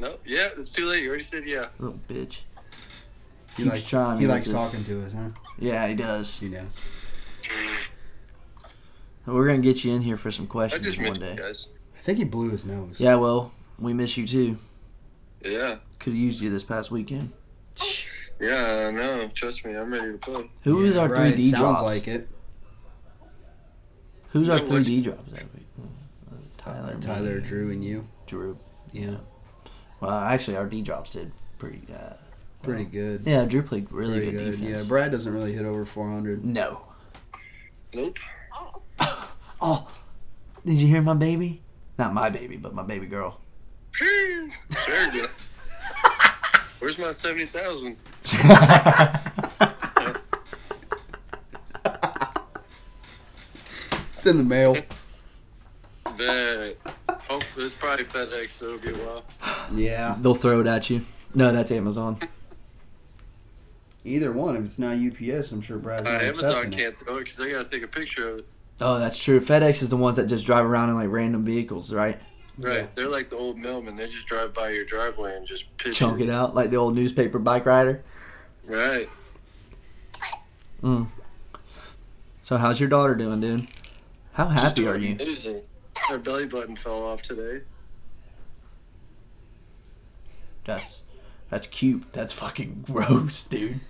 Speaker 3: no. Yeah, it's too late. You already said yeah.
Speaker 1: Little bitch.
Speaker 2: He
Speaker 1: keeps
Speaker 2: likes
Speaker 1: trying
Speaker 2: He
Speaker 1: to
Speaker 2: likes
Speaker 1: get this-
Speaker 2: talking to us, huh?
Speaker 1: Yeah, he does.
Speaker 2: He does.
Speaker 1: We're going to get you in here for some
Speaker 3: I
Speaker 1: questions
Speaker 3: just
Speaker 1: one
Speaker 3: missed
Speaker 1: day.
Speaker 3: you guys.
Speaker 2: I think he blew his nose.
Speaker 1: Yeah, well, we miss you too.
Speaker 3: Yeah.
Speaker 1: Could have used you this past weekend.
Speaker 3: Yeah, I know. Trust me, I'm ready to play.
Speaker 1: Who is
Speaker 2: Yeah,
Speaker 1: our
Speaker 2: right,
Speaker 1: 3D
Speaker 2: sounds
Speaker 1: drops?
Speaker 2: like it.
Speaker 1: Who's our
Speaker 3: Yeah,
Speaker 1: 3D drops that week? Uh, Tyler.
Speaker 2: Tyler,
Speaker 1: maybe.
Speaker 2: Drew, and you.
Speaker 1: Drew.
Speaker 2: Yeah.
Speaker 1: Well, actually, our D drops did pretty. Uh,
Speaker 2: Pretty good.
Speaker 1: yeah, Drew played really
Speaker 2: Pretty
Speaker 1: good,
Speaker 2: good.
Speaker 1: defense.
Speaker 2: Yeah. Brad doesn't really hit over 400.
Speaker 1: no.
Speaker 3: Nope.
Speaker 1: Oh, did you hear my baby? Not my baby, but my baby girl.
Speaker 3: Phew. Very good. Where's my seventy thousand?
Speaker 2: It's in the mail.
Speaker 3: Bet. Oh, it's probably FedEx, so it'll be a while.
Speaker 2: Yeah.
Speaker 1: They'll throw it at you. No, that's Amazon.
Speaker 2: Either one. If it's not UPS, I'm sure Brad's
Speaker 3: Uh,
Speaker 2: not
Speaker 3: Amazon
Speaker 2: accepting it.
Speaker 3: can't throw it because they gotta take a picture of it.
Speaker 1: Oh, that's true. FedEx is the ones that just drive around in like random vehicles, right?
Speaker 3: Right. They're like the old mailman. They just drive by your driveway and just pitch
Speaker 1: Chunk it out like the old newspaper bike rider.
Speaker 3: Right.
Speaker 1: So, how's your daughter doing, dude? How happy
Speaker 3: She's
Speaker 1: are
Speaker 3: doing
Speaker 1: you?
Speaker 3: Amazing. Her belly button fell off today.
Speaker 1: That's that's cute. That's fucking gross, dude.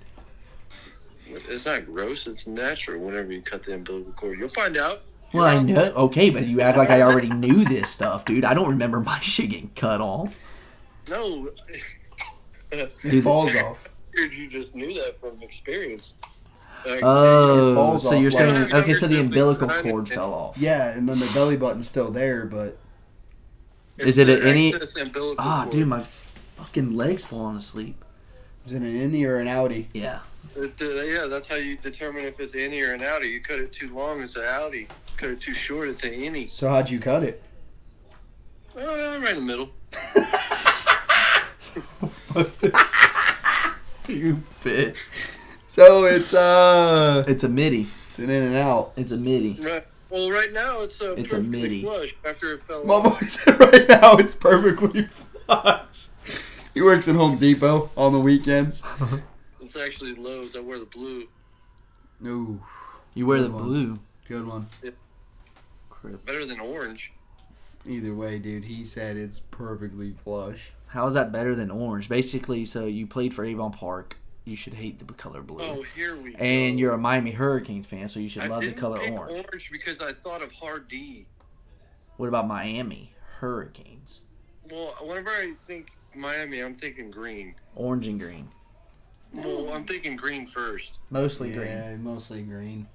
Speaker 3: It's not gross. It's natural. Whenever you cut the umbilical cord, you'll find out.
Speaker 1: Well, I know. Okay, but you act like I already knew this stuff, dude. I don't remember my shit getting cut off.
Speaker 3: No,
Speaker 2: It
Speaker 1: Dude,
Speaker 2: falls off.
Speaker 3: you just knew that from experience. Like,
Speaker 2: It
Speaker 1: Oh,
Speaker 2: falls
Speaker 1: so you're
Speaker 2: off
Speaker 1: saying
Speaker 3: like-
Speaker 1: okay? So the umbilical
Speaker 3: Kind of-
Speaker 1: cord fell off.
Speaker 2: Yeah, and then the belly button's still there, but
Speaker 1: Is it
Speaker 3: it's
Speaker 1: a- any-
Speaker 3: excess umbilical
Speaker 1: Ah,
Speaker 3: cord.
Speaker 1: dude, my fucking legs falling asleep. Is
Speaker 2: is it an innie or an outie?
Speaker 1: Yeah.
Speaker 3: It, uh, yeah, that's how you determine if it's any or an outie. You cut it too long, it's an outie. Cut it too short, it's an innie.
Speaker 2: So how'd you cut it?
Speaker 3: Uh, right in the middle.
Speaker 1: Stupid.
Speaker 2: So it's uh,
Speaker 1: It's a midi.
Speaker 2: it's an in and out.
Speaker 1: It's a midi.
Speaker 3: Right. Well, right now it's a
Speaker 1: It's a
Speaker 3: perfectly
Speaker 1: midi.
Speaker 3: flush after it fell
Speaker 2: My
Speaker 3: off.
Speaker 2: boy said right now it's perfectly flush. He works at Home Depot on the weekends.
Speaker 3: It's actually Lowe's. I wear the blue.
Speaker 2: Ooh,
Speaker 1: You wear the
Speaker 2: Good one.
Speaker 1: blue.
Speaker 2: good one.
Speaker 1: Crip.
Speaker 3: Better than orange.
Speaker 2: Either way, dude, he said it's perfectly flush.
Speaker 1: How is that better than orange? Basically, so you played for Avon Park. You should hate the color blue.
Speaker 3: Oh, here we go.
Speaker 1: and you're a Miami Hurricanes fan, so you should love the
Speaker 3: didn't
Speaker 1: color
Speaker 3: pick
Speaker 1: orange.
Speaker 3: orange because I thought of hard D.
Speaker 1: What about Miami Hurricanes?
Speaker 3: Well, whenever I think Miami, I'm thinking green.
Speaker 1: Orange and green. Mm.
Speaker 3: Well, I'm thinking green first.
Speaker 1: Mostly green.
Speaker 2: Yeah, mostly green.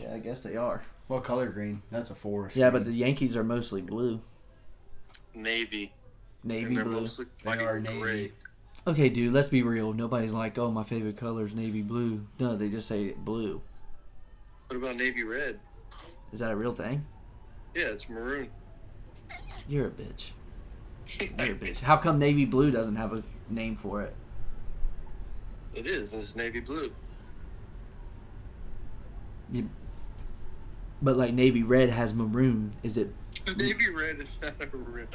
Speaker 1: Yeah, I guess they are.
Speaker 2: Well, color green. That's a forest.
Speaker 1: Yeah, but the Yankees are mostly blue,
Speaker 3: Navy.
Speaker 1: navy
Speaker 3: And they're
Speaker 1: blue.
Speaker 3: mostly
Speaker 2: they are
Speaker 3: fucking
Speaker 2: navy.
Speaker 3: gray.
Speaker 1: Okay, dude, let's be real. Nobody's like, oh, my favorite color is navy blue. No, they just say blue.
Speaker 3: What about navy red?
Speaker 1: Is that a real thing?
Speaker 3: Yeah, it's maroon.
Speaker 1: You're a bitch. You're a bitch. How come navy blue doesn't have a name for it?
Speaker 3: It is. It's navy blue.
Speaker 1: But like navy red has maroon. Is it?
Speaker 3: Navy red is not a maroon.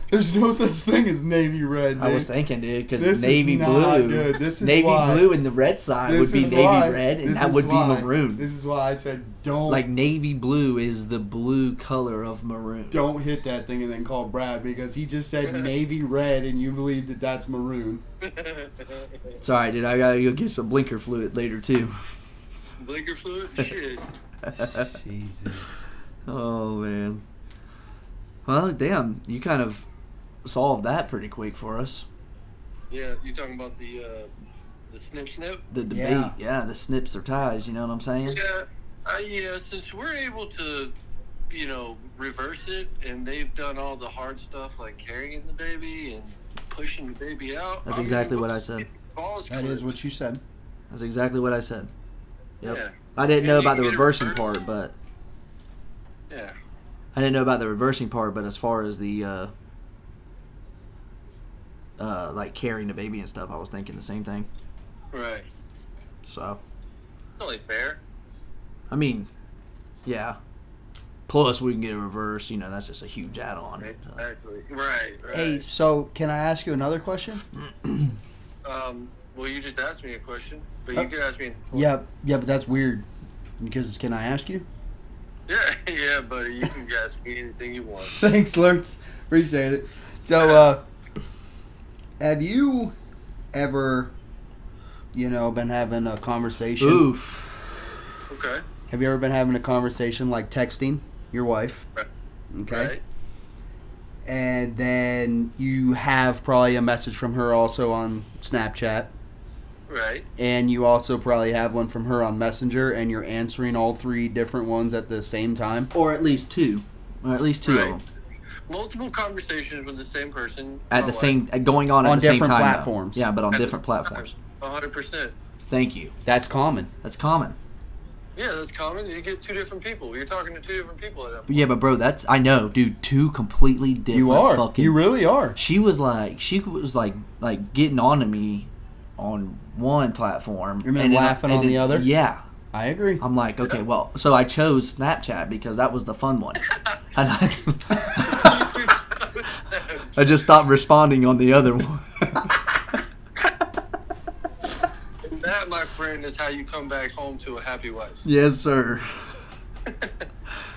Speaker 2: There's no such thing as navy red.
Speaker 1: I
Speaker 2: Nick.
Speaker 1: was thinking, dude,
Speaker 2: This
Speaker 1: because
Speaker 2: is
Speaker 1: navy
Speaker 2: not
Speaker 1: blue,
Speaker 2: good. This is
Speaker 1: navy
Speaker 2: why.
Speaker 1: blue, and the red side
Speaker 2: This
Speaker 1: would be
Speaker 2: is
Speaker 1: navy
Speaker 2: why-
Speaker 1: red, and
Speaker 2: this
Speaker 1: that
Speaker 2: is
Speaker 1: would
Speaker 2: why-
Speaker 1: be maroon.
Speaker 2: This is why I said don't
Speaker 1: like navy blue is the blue color of maroon.
Speaker 2: don't hit that thing and then call Brad because he just said navy red and you believe that that's maroon.
Speaker 1: Sorry, dude. I gotta go get some blinker fluid later too.
Speaker 3: Blinker fluid? Shit.
Speaker 2: Jesus.
Speaker 1: oh man. Well, damn. You kind of solved that pretty quick for us.
Speaker 3: Yeah, you talking about the uh, the snip snip?
Speaker 1: The debate, yeah.
Speaker 2: Yeah.
Speaker 1: the snips or ties. You know what I'm saying?
Speaker 3: Yeah, I, yeah. Since we're able to, you know, reverse it, and they've done all the hard stuff like carrying the baby and pushing the baby out.
Speaker 1: That's
Speaker 3: I'm
Speaker 1: exactly
Speaker 3: able
Speaker 1: what
Speaker 3: to
Speaker 1: I said.
Speaker 3: get balls
Speaker 2: That is
Speaker 3: clipped.
Speaker 2: what you said.
Speaker 1: That's exactly what I said. Yep.
Speaker 3: Yeah,
Speaker 1: I didn't
Speaker 3: And
Speaker 1: know
Speaker 3: you
Speaker 1: about the
Speaker 3: get a
Speaker 1: reversing
Speaker 3: reverse-
Speaker 1: part, but
Speaker 3: yeah.
Speaker 1: I didn't know about the reversing part. But as far as the uh, uh, like carrying the baby and stuff, I was thinking the same thing.
Speaker 3: Right.
Speaker 1: So.
Speaker 3: It's only fair.
Speaker 1: I mean, yeah. Plus, we can get a reverse. You know, that's just a huge add-on. Uh, So,
Speaker 3: Exactly. Right. Right.
Speaker 2: Hey, so can I ask you another question?
Speaker 3: Um. Well, you just asked me a question, but you
Speaker 2: Uh,
Speaker 3: could ask me.
Speaker 2: Yeah, yeah, but that's weird. Because can I ask you?
Speaker 3: Yeah, yeah, buddy. You can ask me anything you want.
Speaker 2: Thanks, Lurch. Appreciate it. So, uh, have you ever, you know, been having a conversation?
Speaker 1: Oof.
Speaker 3: Okay.
Speaker 2: Have you ever been having a conversation like texting your wife?
Speaker 3: Right.
Speaker 2: Okay.
Speaker 3: Right.
Speaker 2: And then you have probably a message from her also on Snapchat.
Speaker 3: Right.
Speaker 2: And you also probably have one from her on Messenger, and you're answering all three different ones at the same time.
Speaker 1: Or at least two. Or at least two
Speaker 3: Right.
Speaker 1: of them
Speaker 3: Multiple conversations with the same person.
Speaker 1: at
Speaker 3: my
Speaker 1: the
Speaker 3: wife.
Speaker 1: same uh, going on, at
Speaker 2: On
Speaker 1: the same
Speaker 2: different
Speaker 1: time. though.
Speaker 2: platforms.
Speaker 1: Yeah, but on
Speaker 3: Oh, At the
Speaker 1: different
Speaker 3: same time.
Speaker 1: platforms.
Speaker 3: A hundred percent.
Speaker 1: Thank you.
Speaker 2: That's common.
Speaker 1: That's common.
Speaker 3: Yeah, that's common. You get two different people. You're talking to two different people at that point.
Speaker 1: Yeah, but bro, that's I know, dude. Two completely different.
Speaker 2: You are.
Speaker 1: Fucking,
Speaker 2: You really are.
Speaker 1: she was like, she was like, like getting on to me on one platform
Speaker 2: And then laughing
Speaker 1: and
Speaker 2: on the
Speaker 1: then-
Speaker 2: other?
Speaker 1: Yeah,
Speaker 2: I agree.
Speaker 1: I'm like, okay, well, so I chose Snapchat because that was the fun one. And I, I just stopped responding on the other one.
Speaker 3: that, my friend, is how you come back home to a happy wife.
Speaker 1: yes, sir.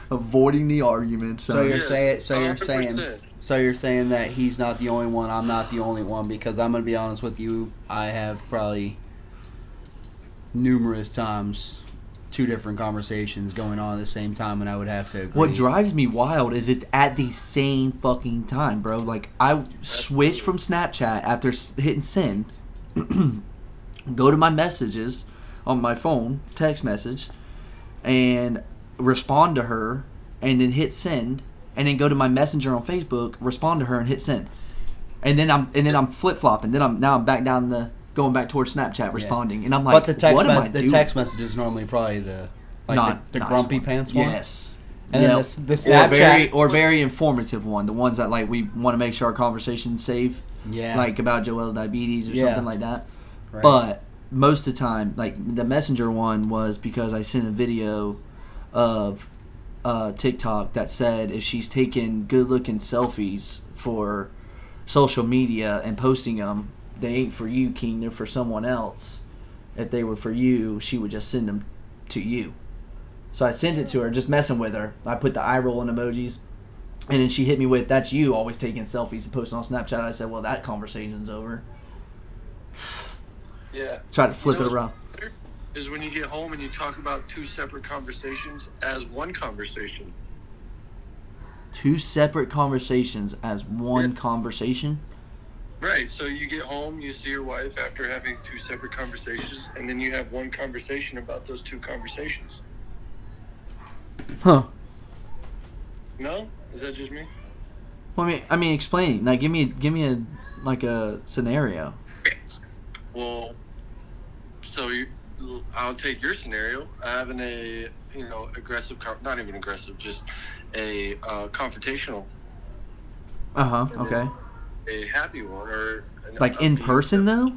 Speaker 1: Avoiding the argument. So,
Speaker 2: So you're
Speaker 3: Yeah,
Speaker 2: saying so you're saying
Speaker 3: 100%.
Speaker 2: so you're saying that he's not the only one. I'm not the only one because I'm gonna be honest with you. I have probably numerous times two different conversations going on at the same time, and I would have to agree.
Speaker 1: what drives me wild is it's at the same fucking time, bro. Like I switched from Snapchat after s- hitting send, go to my messages on my phone, text message, and respond to her, and then hit send, and then go to my messenger on Facebook, respond to her, and hit send, and then I'm and then I'm flip flopping. Then I'm now I'm back down the going back towards Snapchat, responding, and I'm like,
Speaker 2: but the text
Speaker 1: what am I
Speaker 2: mes- the
Speaker 1: doing?
Speaker 2: text message is normally probably the like
Speaker 1: Not-
Speaker 2: the, the
Speaker 1: not
Speaker 2: grumpy
Speaker 1: smart.
Speaker 2: pants one.
Speaker 1: Yes.
Speaker 2: And then
Speaker 1: Yep.
Speaker 2: the s- the
Speaker 1: or very
Speaker 2: Snapchat-
Speaker 1: or very informative one, the ones that like we want to make sure our conversation's safe,
Speaker 2: Yeah.
Speaker 1: like about Joel's diabetes or
Speaker 2: Yeah.
Speaker 1: something like that.
Speaker 2: Right.
Speaker 1: But most of the time, like the messenger one was because I sent a video of uh, TikTok that said if she's taking good looking selfies for social media and posting them, they ain't for you, King. They're for someone else. If they were for you, she would just send them to you. So I sent it to her, just messing with her. I put the eye rolling emojis. And then she hit me with, "That's you always taking selfies and posting on Snapchat." I said, "Well, that conversation's over."
Speaker 3: Yeah.
Speaker 1: Try to flip
Speaker 3: You know
Speaker 1: it around.
Speaker 3: what's better Is when you get home and you talk about two separate conversations as one conversation.
Speaker 1: Two separate conversations as one conversation.
Speaker 3: Right. So you get home, you see your wife after having two separate conversations, and then you have one conversation about those two conversations.
Speaker 1: Huh.
Speaker 3: No? Is that just me?
Speaker 1: Well, I mean, I mean, explain. Now, give me, give me a like a scenario.
Speaker 3: Well, so you, I'll take your scenario. I have an a you know aggressive, con- not even aggressive, just a uh, confrontational,
Speaker 1: Uh huh. Okay.
Speaker 3: a happy one, or an
Speaker 1: Like in
Speaker 3: upbeat-
Speaker 1: person though.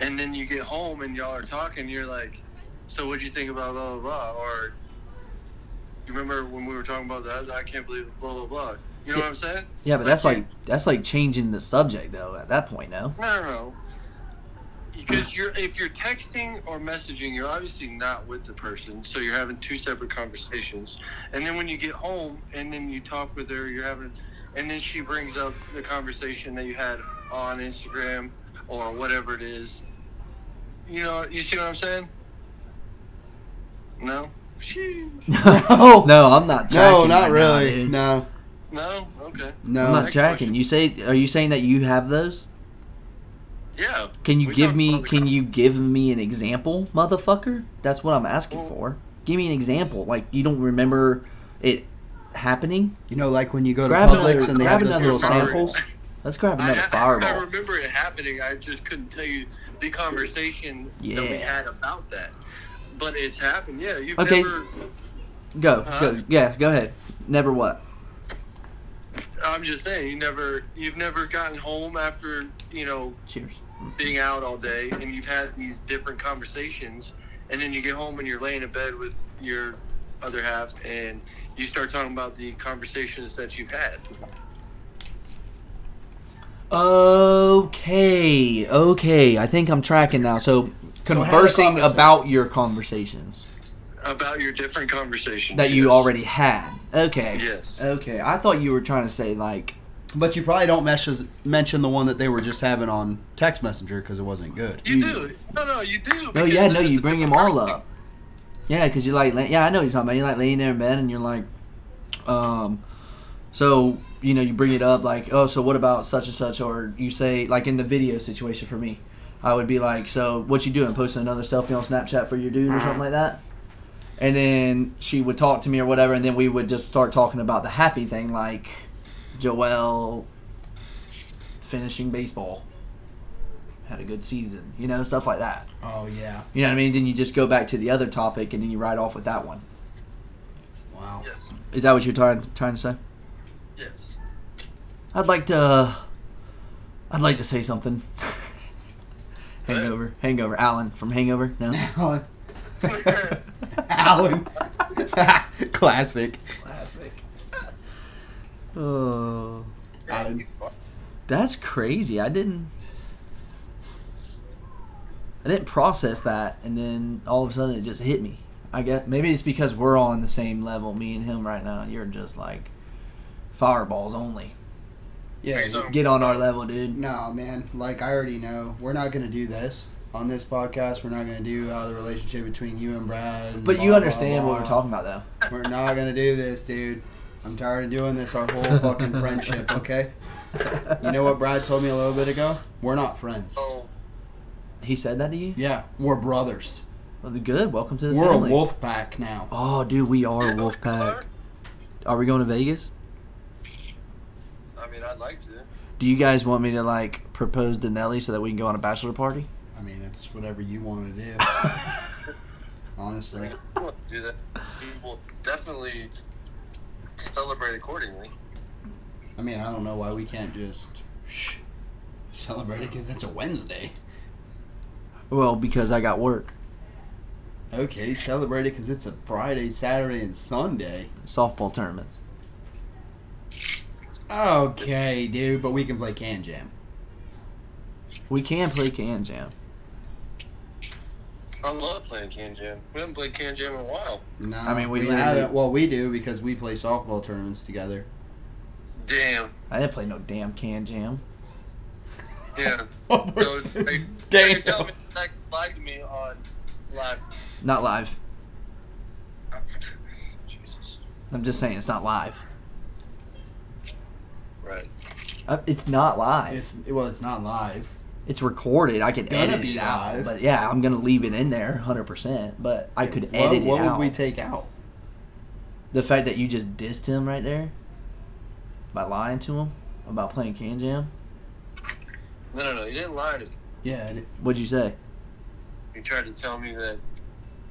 Speaker 3: And then you get home and y'all are talking. You're like, so what'd you think about blah blah blah? Or you remember when we were talking about that? I can't believe blah blah blah. You know
Speaker 1: Yeah.
Speaker 3: what I'm saying?
Speaker 1: Yeah, but that's
Speaker 3: Like,
Speaker 1: like that's like changing the subject though. At that point, no.
Speaker 3: No, no, no. Because you're if you're texting or messaging, you're obviously not with the person, so you're having two separate conversations. And then when you get home, and then you talk with her, you're having, and then she brings up the conversation that you had on Instagram or whatever it is. You know, you see what I'm saying? No. She-
Speaker 1: no, no, I'm not. Tracking
Speaker 2: No, not
Speaker 1: right now,
Speaker 2: really.
Speaker 1: dude.
Speaker 2: no,
Speaker 3: No. Okay.
Speaker 1: I'm
Speaker 2: no.
Speaker 1: not
Speaker 3: Next
Speaker 1: tracking.
Speaker 3: question.
Speaker 1: You say, are you saying that you have those?
Speaker 3: Yeah.
Speaker 1: Can you
Speaker 3: We
Speaker 1: give
Speaker 3: talked
Speaker 1: me?
Speaker 3: about the
Speaker 1: Can you give me an example, motherfucker? That's what I'm asking
Speaker 3: Well-
Speaker 1: for. Give me an example. Like you don't remember it happening.
Speaker 2: You know, like when you go to
Speaker 1: Grab
Speaker 2: Publix
Speaker 1: another-
Speaker 2: and they
Speaker 1: grab
Speaker 2: have those
Speaker 1: another
Speaker 2: little
Speaker 1: fireball.
Speaker 2: samples.
Speaker 1: Let's grab
Speaker 3: I,
Speaker 1: another
Speaker 3: I- I
Speaker 1: fireball.
Speaker 3: remember it happening. I just couldn't tell you the conversation that we
Speaker 1: Yeah.
Speaker 3: had about that. But it's happened. Yeah, you've
Speaker 1: Okay.
Speaker 3: never.
Speaker 1: Go,
Speaker 3: Huh?
Speaker 1: go, yeah, go ahead. Never what?
Speaker 3: I'm just saying, you never, you've never gotten home after you know
Speaker 1: Cheers.
Speaker 3: being out all day, and you've had these different conversations, and then you get home and you're laying in bed with your other half, and you start talking about the conversations that you've had.
Speaker 1: Okay, okay. I think I'm tracking now. So conversing
Speaker 2: conversation.
Speaker 1: about your conversations
Speaker 3: About your different conversations
Speaker 1: that you
Speaker 3: yes.
Speaker 1: already had. Okay.
Speaker 3: Yes.
Speaker 1: Okay. I thought you were trying to say like
Speaker 2: But you probably don't meshes, mention the one that they were just having on text messenger because it wasn't good.
Speaker 3: You
Speaker 1: you-
Speaker 3: do. No, no, you do.
Speaker 1: No,
Speaker 3: because
Speaker 1: yeah, no,
Speaker 3: there's
Speaker 1: you
Speaker 3: a
Speaker 1: bring them
Speaker 3: different
Speaker 1: all
Speaker 3: person.
Speaker 1: up. Yeah, because you're like, la- yeah, I know what you're talking about. You're like laying there in bed and you're like, um, so, you know, you bring it up like, oh, so what about such and such? Or you say, like in the video situation for me, I would be like, so what you doing? Posting another selfie on Snapchat for your dude or something like that? And then she would talk to me or whatever, and then we would just start talking about the happy thing, like Joel finishing baseball, had a good season, you know, stuff like that.
Speaker 2: Oh yeah,
Speaker 1: You know what I mean? Then you just go back to the other topic and then you ride off with that one.
Speaker 2: wow.
Speaker 3: Yes.
Speaker 1: Is that what you're trying trying to say?
Speaker 3: Yes.
Speaker 1: I'd like to. uh, I'd like to say something. Hangover, Hangover, Alan from Hangover. No,
Speaker 2: Alan,
Speaker 3: That's
Speaker 2: Alan, classic.
Speaker 1: classic. Oh, that's crazy. I didn't. I didn't process that, and then all of a sudden it just hit me. I guess maybe it's because we're on the same level, me and him right now. You're just like fireballs only.
Speaker 2: Yeah,
Speaker 3: you-
Speaker 1: Get on our level, dude.
Speaker 2: No, man. Like I already know, we're not gonna do this on this podcast. We're not gonna do uh, the relationship between you and Brad. and
Speaker 1: But
Speaker 2: blah,
Speaker 1: you
Speaker 2: blah,
Speaker 1: understand what
Speaker 2: blah.
Speaker 1: we're talking about, though.
Speaker 2: We're not gonna do this, dude. I'm tired of doing this our whole fucking friendship. Okay. You know what Brad told me a little bit ago? We're not friends.
Speaker 3: Oh,
Speaker 1: He said that to you.
Speaker 2: Yeah, we're brothers.
Speaker 1: Well, good. Welcome to the
Speaker 2: We're
Speaker 1: family.
Speaker 2: a wolf pack now.
Speaker 1: Oh, dude, we are a wolf pack. Are we going to Vegas?
Speaker 3: I mean, I'd like to.
Speaker 1: Do you guys want me to like propose to Nelly so that we can go on a bachelor party?
Speaker 2: I mean, it's whatever you want to do. Honestly,
Speaker 3: I want to do that. We will definitely celebrate accordingly.
Speaker 2: I mean, I don't know why we can't just shh, celebrate it because it's a Wednesday.
Speaker 1: Well, because I got work.
Speaker 2: Okay, celebrate it because it's a Friday, Saturday, and Sunday.
Speaker 1: Softball tournaments.
Speaker 2: Okay, dude, but we can play Can Jam.
Speaker 1: We can play can jam.
Speaker 3: I love playing Can Jam. We haven't played Can Jam in a while.
Speaker 2: No,
Speaker 1: I mean, we literally-
Speaker 2: haven't. Well, we do because we play softball tournaments together.
Speaker 3: Damn.
Speaker 1: I didn't play no damn can jam.
Speaker 3: Yeah.
Speaker 2: Oh,
Speaker 3: So, hey, you tell me that lied to me on live.
Speaker 1: Not live.
Speaker 3: Jesus.
Speaker 1: I'm just saying it's not live.
Speaker 3: Right.
Speaker 1: Uh, it's not live. It's,
Speaker 2: It's well, it's not live.
Speaker 1: recorded. I
Speaker 2: It's
Speaker 1: can
Speaker 2: gonna
Speaker 1: edit
Speaker 2: be
Speaker 1: it out.
Speaker 2: live.
Speaker 1: But yeah, I'm gonna leave it in there, hundred percent. But I could
Speaker 2: what
Speaker 1: edit
Speaker 2: what
Speaker 1: it
Speaker 2: would
Speaker 1: out.
Speaker 2: we take out?
Speaker 1: the fact that you just dissed him right there by lying to him about playing can jam.
Speaker 3: No, no, no. He didn't lie to me.
Speaker 2: Yeah, and it-
Speaker 1: What'd you say?
Speaker 3: He tried to tell me that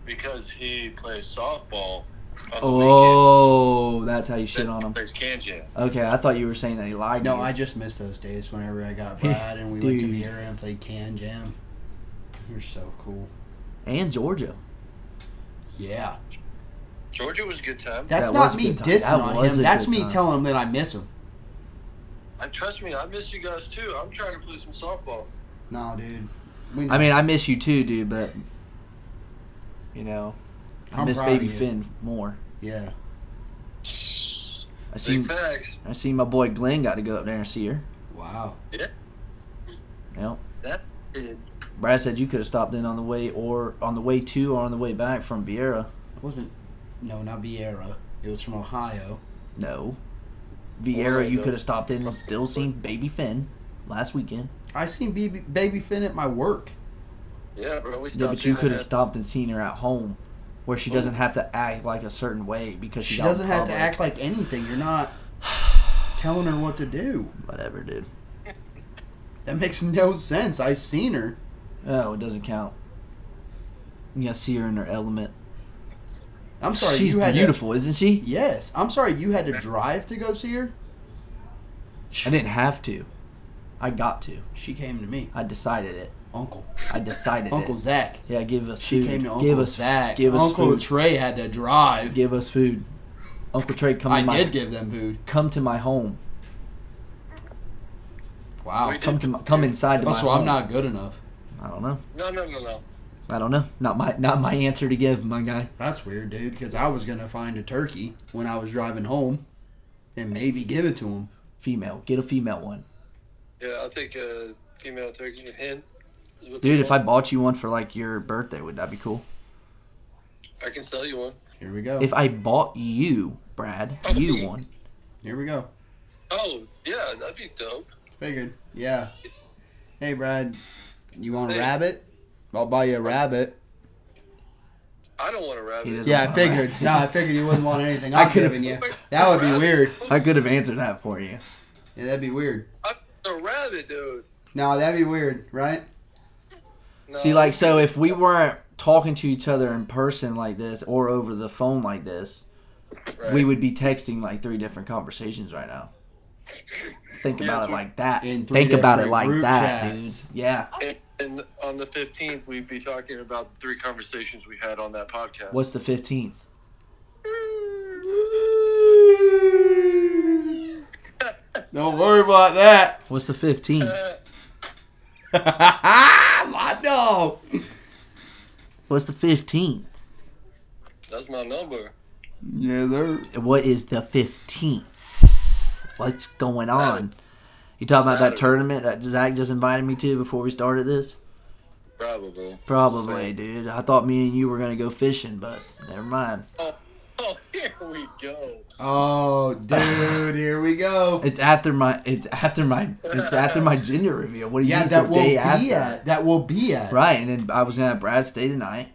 Speaker 3: because he plays softball on the weekend,
Speaker 1: Oh, that's how you shit
Speaker 3: that
Speaker 1: on
Speaker 3: he
Speaker 1: him.
Speaker 3: plays can jam.
Speaker 1: Okay, I thought you were saying that he lied. to
Speaker 2: no,
Speaker 1: you.
Speaker 2: I just miss those days whenever I got Brad and we went to
Speaker 1: Dude.
Speaker 2: Vieira and played Can Jam. You're so cool.
Speaker 1: and Georgia.
Speaker 2: Yeah,
Speaker 3: Georgia was a good time.
Speaker 2: that's
Speaker 1: That was
Speaker 2: not
Speaker 1: a
Speaker 2: me
Speaker 1: good time.
Speaker 2: dissing
Speaker 1: That
Speaker 2: on
Speaker 1: was
Speaker 2: him.
Speaker 1: a
Speaker 2: That's
Speaker 1: good
Speaker 2: me
Speaker 1: time.
Speaker 2: telling him that I miss him.
Speaker 3: I trust me. I miss you guys too. I'm trying to play some softball.
Speaker 2: No, dude. We-
Speaker 1: I mean, I miss you too, dude. But you know, I
Speaker 2: I'm
Speaker 1: miss
Speaker 2: proud of
Speaker 1: Baby
Speaker 2: you.
Speaker 1: Finn more.
Speaker 2: yeah,
Speaker 1: I
Speaker 3: Big
Speaker 1: see.
Speaker 3: facts.
Speaker 1: I see my boy Glenn got to go up there and see her.
Speaker 2: wow.
Speaker 1: Yep.
Speaker 3: That kid.
Speaker 1: Brad said you could have stopped in on the way or on the way to or on the way back from Vieira.
Speaker 2: wasn't no, not Vieira. It was from Ohio.
Speaker 1: No.
Speaker 3: Or
Speaker 1: Vieira, you
Speaker 3: the-
Speaker 1: could have stopped in and still seen Baby Finn last weekend.
Speaker 2: I seen Baby, Baby Finn at my work.
Speaker 3: Yeah, bro. We stopped
Speaker 1: Yeah, but you
Speaker 3: in
Speaker 1: could
Speaker 3: at-
Speaker 1: have stopped and seen her at home where she doesn't have to act like a certain way because
Speaker 2: Oh. She
Speaker 1: she's out in
Speaker 2: doesn't have to
Speaker 1: public.
Speaker 2: act like anything. You're not telling her what to do.
Speaker 1: Whatever, dude.
Speaker 2: That makes no sense. I seen her.
Speaker 1: Oh, it doesn't count. You gotta see her in her element.
Speaker 2: I'm sorry.
Speaker 1: She's
Speaker 2: you had to-
Speaker 1: beautiful, isn't she?
Speaker 2: yes. I'm sorry. You had to drive to go see her.
Speaker 1: I didn't have to. I got to.
Speaker 2: She came to me,
Speaker 1: I decided it.
Speaker 2: Uncle.
Speaker 1: I decided
Speaker 2: Uncle
Speaker 1: it.
Speaker 2: Zach.
Speaker 1: Yeah, give us
Speaker 2: She
Speaker 1: food.
Speaker 2: came to Uncle
Speaker 1: give us
Speaker 2: Zach.
Speaker 1: Give us
Speaker 2: Uncle
Speaker 1: food.
Speaker 2: Trey had to drive.
Speaker 1: give us food. Uncle Trey, come
Speaker 2: I
Speaker 1: to my
Speaker 2: did give them food.
Speaker 1: come to my home.
Speaker 2: Wow.
Speaker 3: We did.
Speaker 1: Come to my, come inside to my
Speaker 2: Also,
Speaker 1: home.
Speaker 2: I'm not good enough.
Speaker 1: I don't know.
Speaker 3: No, no, no, no.
Speaker 1: I don't know. Not my not my answer to give, my guy.
Speaker 2: That's weird, dude. Because I was gonna find a turkey when I was driving home, and maybe give it to him.
Speaker 1: Female, get a female one,
Speaker 3: Yeah, I'll take a female turkey and hen. is what they
Speaker 1: dude. If I
Speaker 3: call
Speaker 1: bought you one for like your birthday, would that be cool?
Speaker 3: it. I can sell you one.
Speaker 2: Here we go.
Speaker 1: If I bought you, Brad, you one.
Speaker 2: Here we go.
Speaker 3: Oh, yeah, that'd be dope.
Speaker 2: Figured. Yeah. Hey, Brad. You want a
Speaker 3: Hey.
Speaker 2: rabbit? I'll buy you a rabbit.
Speaker 3: I don't want a rabbit.
Speaker 1: doesn't
Speaker 2: Yeah, I
Speaker 1: want a
Speaker 2: figured.
Speaker 1: rabbit.
Speaker 2: No, I figured you wouldn't want anything. I
Speaker 1: I could've-
Speaker 2: could have. you. That would be weird.
Speaker 1: I could have answered that for you.
Speaker 2: Yeah, that'd be weird.
Speaker 3: I'm a rabbit, dude.
Speaker 2: No, that'd be weird, right?
Speaker 3: No.
Speaker 1: See, like, so if we weren't talking to each other in person like this or over the phone like this,
Speaker 3: Right.
Speaker 1: we would be texting like three different conversations right now. Think
Speaker 3: Yeah,
Speaker 1: about
Speaker 3: so-
Speaker 1: it like that.
Speaker 2: In three
Speaker 1: Think about it
Speaker 2: different
Speaker 1: like
Speaker 2: group
Speaker 1: that,
Speaker 2: chats.
Speaker 1: dude. Yeah.
Speaker 3: And, and on the 15th, we'd be talking about the three conversations we had on that podcast.
Speaker 1: What's the fifteenth?
Speaker 2: Don't worry about that.
Speaker 1: What's the fifteenth?
Speaker 3: Uh,
Speaker 2: My dog.
Speaker 1: What's the fifteenth?
Speaker 3: That's my number.
Speaker 2: Yeah, they're.
Speaker 1: What is the fifteenth? What's going on? You talking about that
Speaker 3: Saturday.
Speaker 1: tournament that Zach just invited me to before we started this?
Speaker 3: Probably.
Speaker 1: Probably,
Speaker 3: Same.
Speaker 1: dude. I thought me and you were gonna go fishing, but never mind.
Speaker 3: Oh, oh, here we go.
Speaker 2: Oh, dude, here we go.
Speaker 1: It's after my. It's after my. It's after my gender reveal. What do you
Speaker 2: Yeah,
Speaker 1: mean
Speaker 2: that
Speaker 1: the
Speaker 2: will
Speaker 1: day
Speaker 2: be
Speaker 1: after?
Speaker 2: at. That will be at.
Speaker 1: Right, and then I was gonna have Brad stay tonight.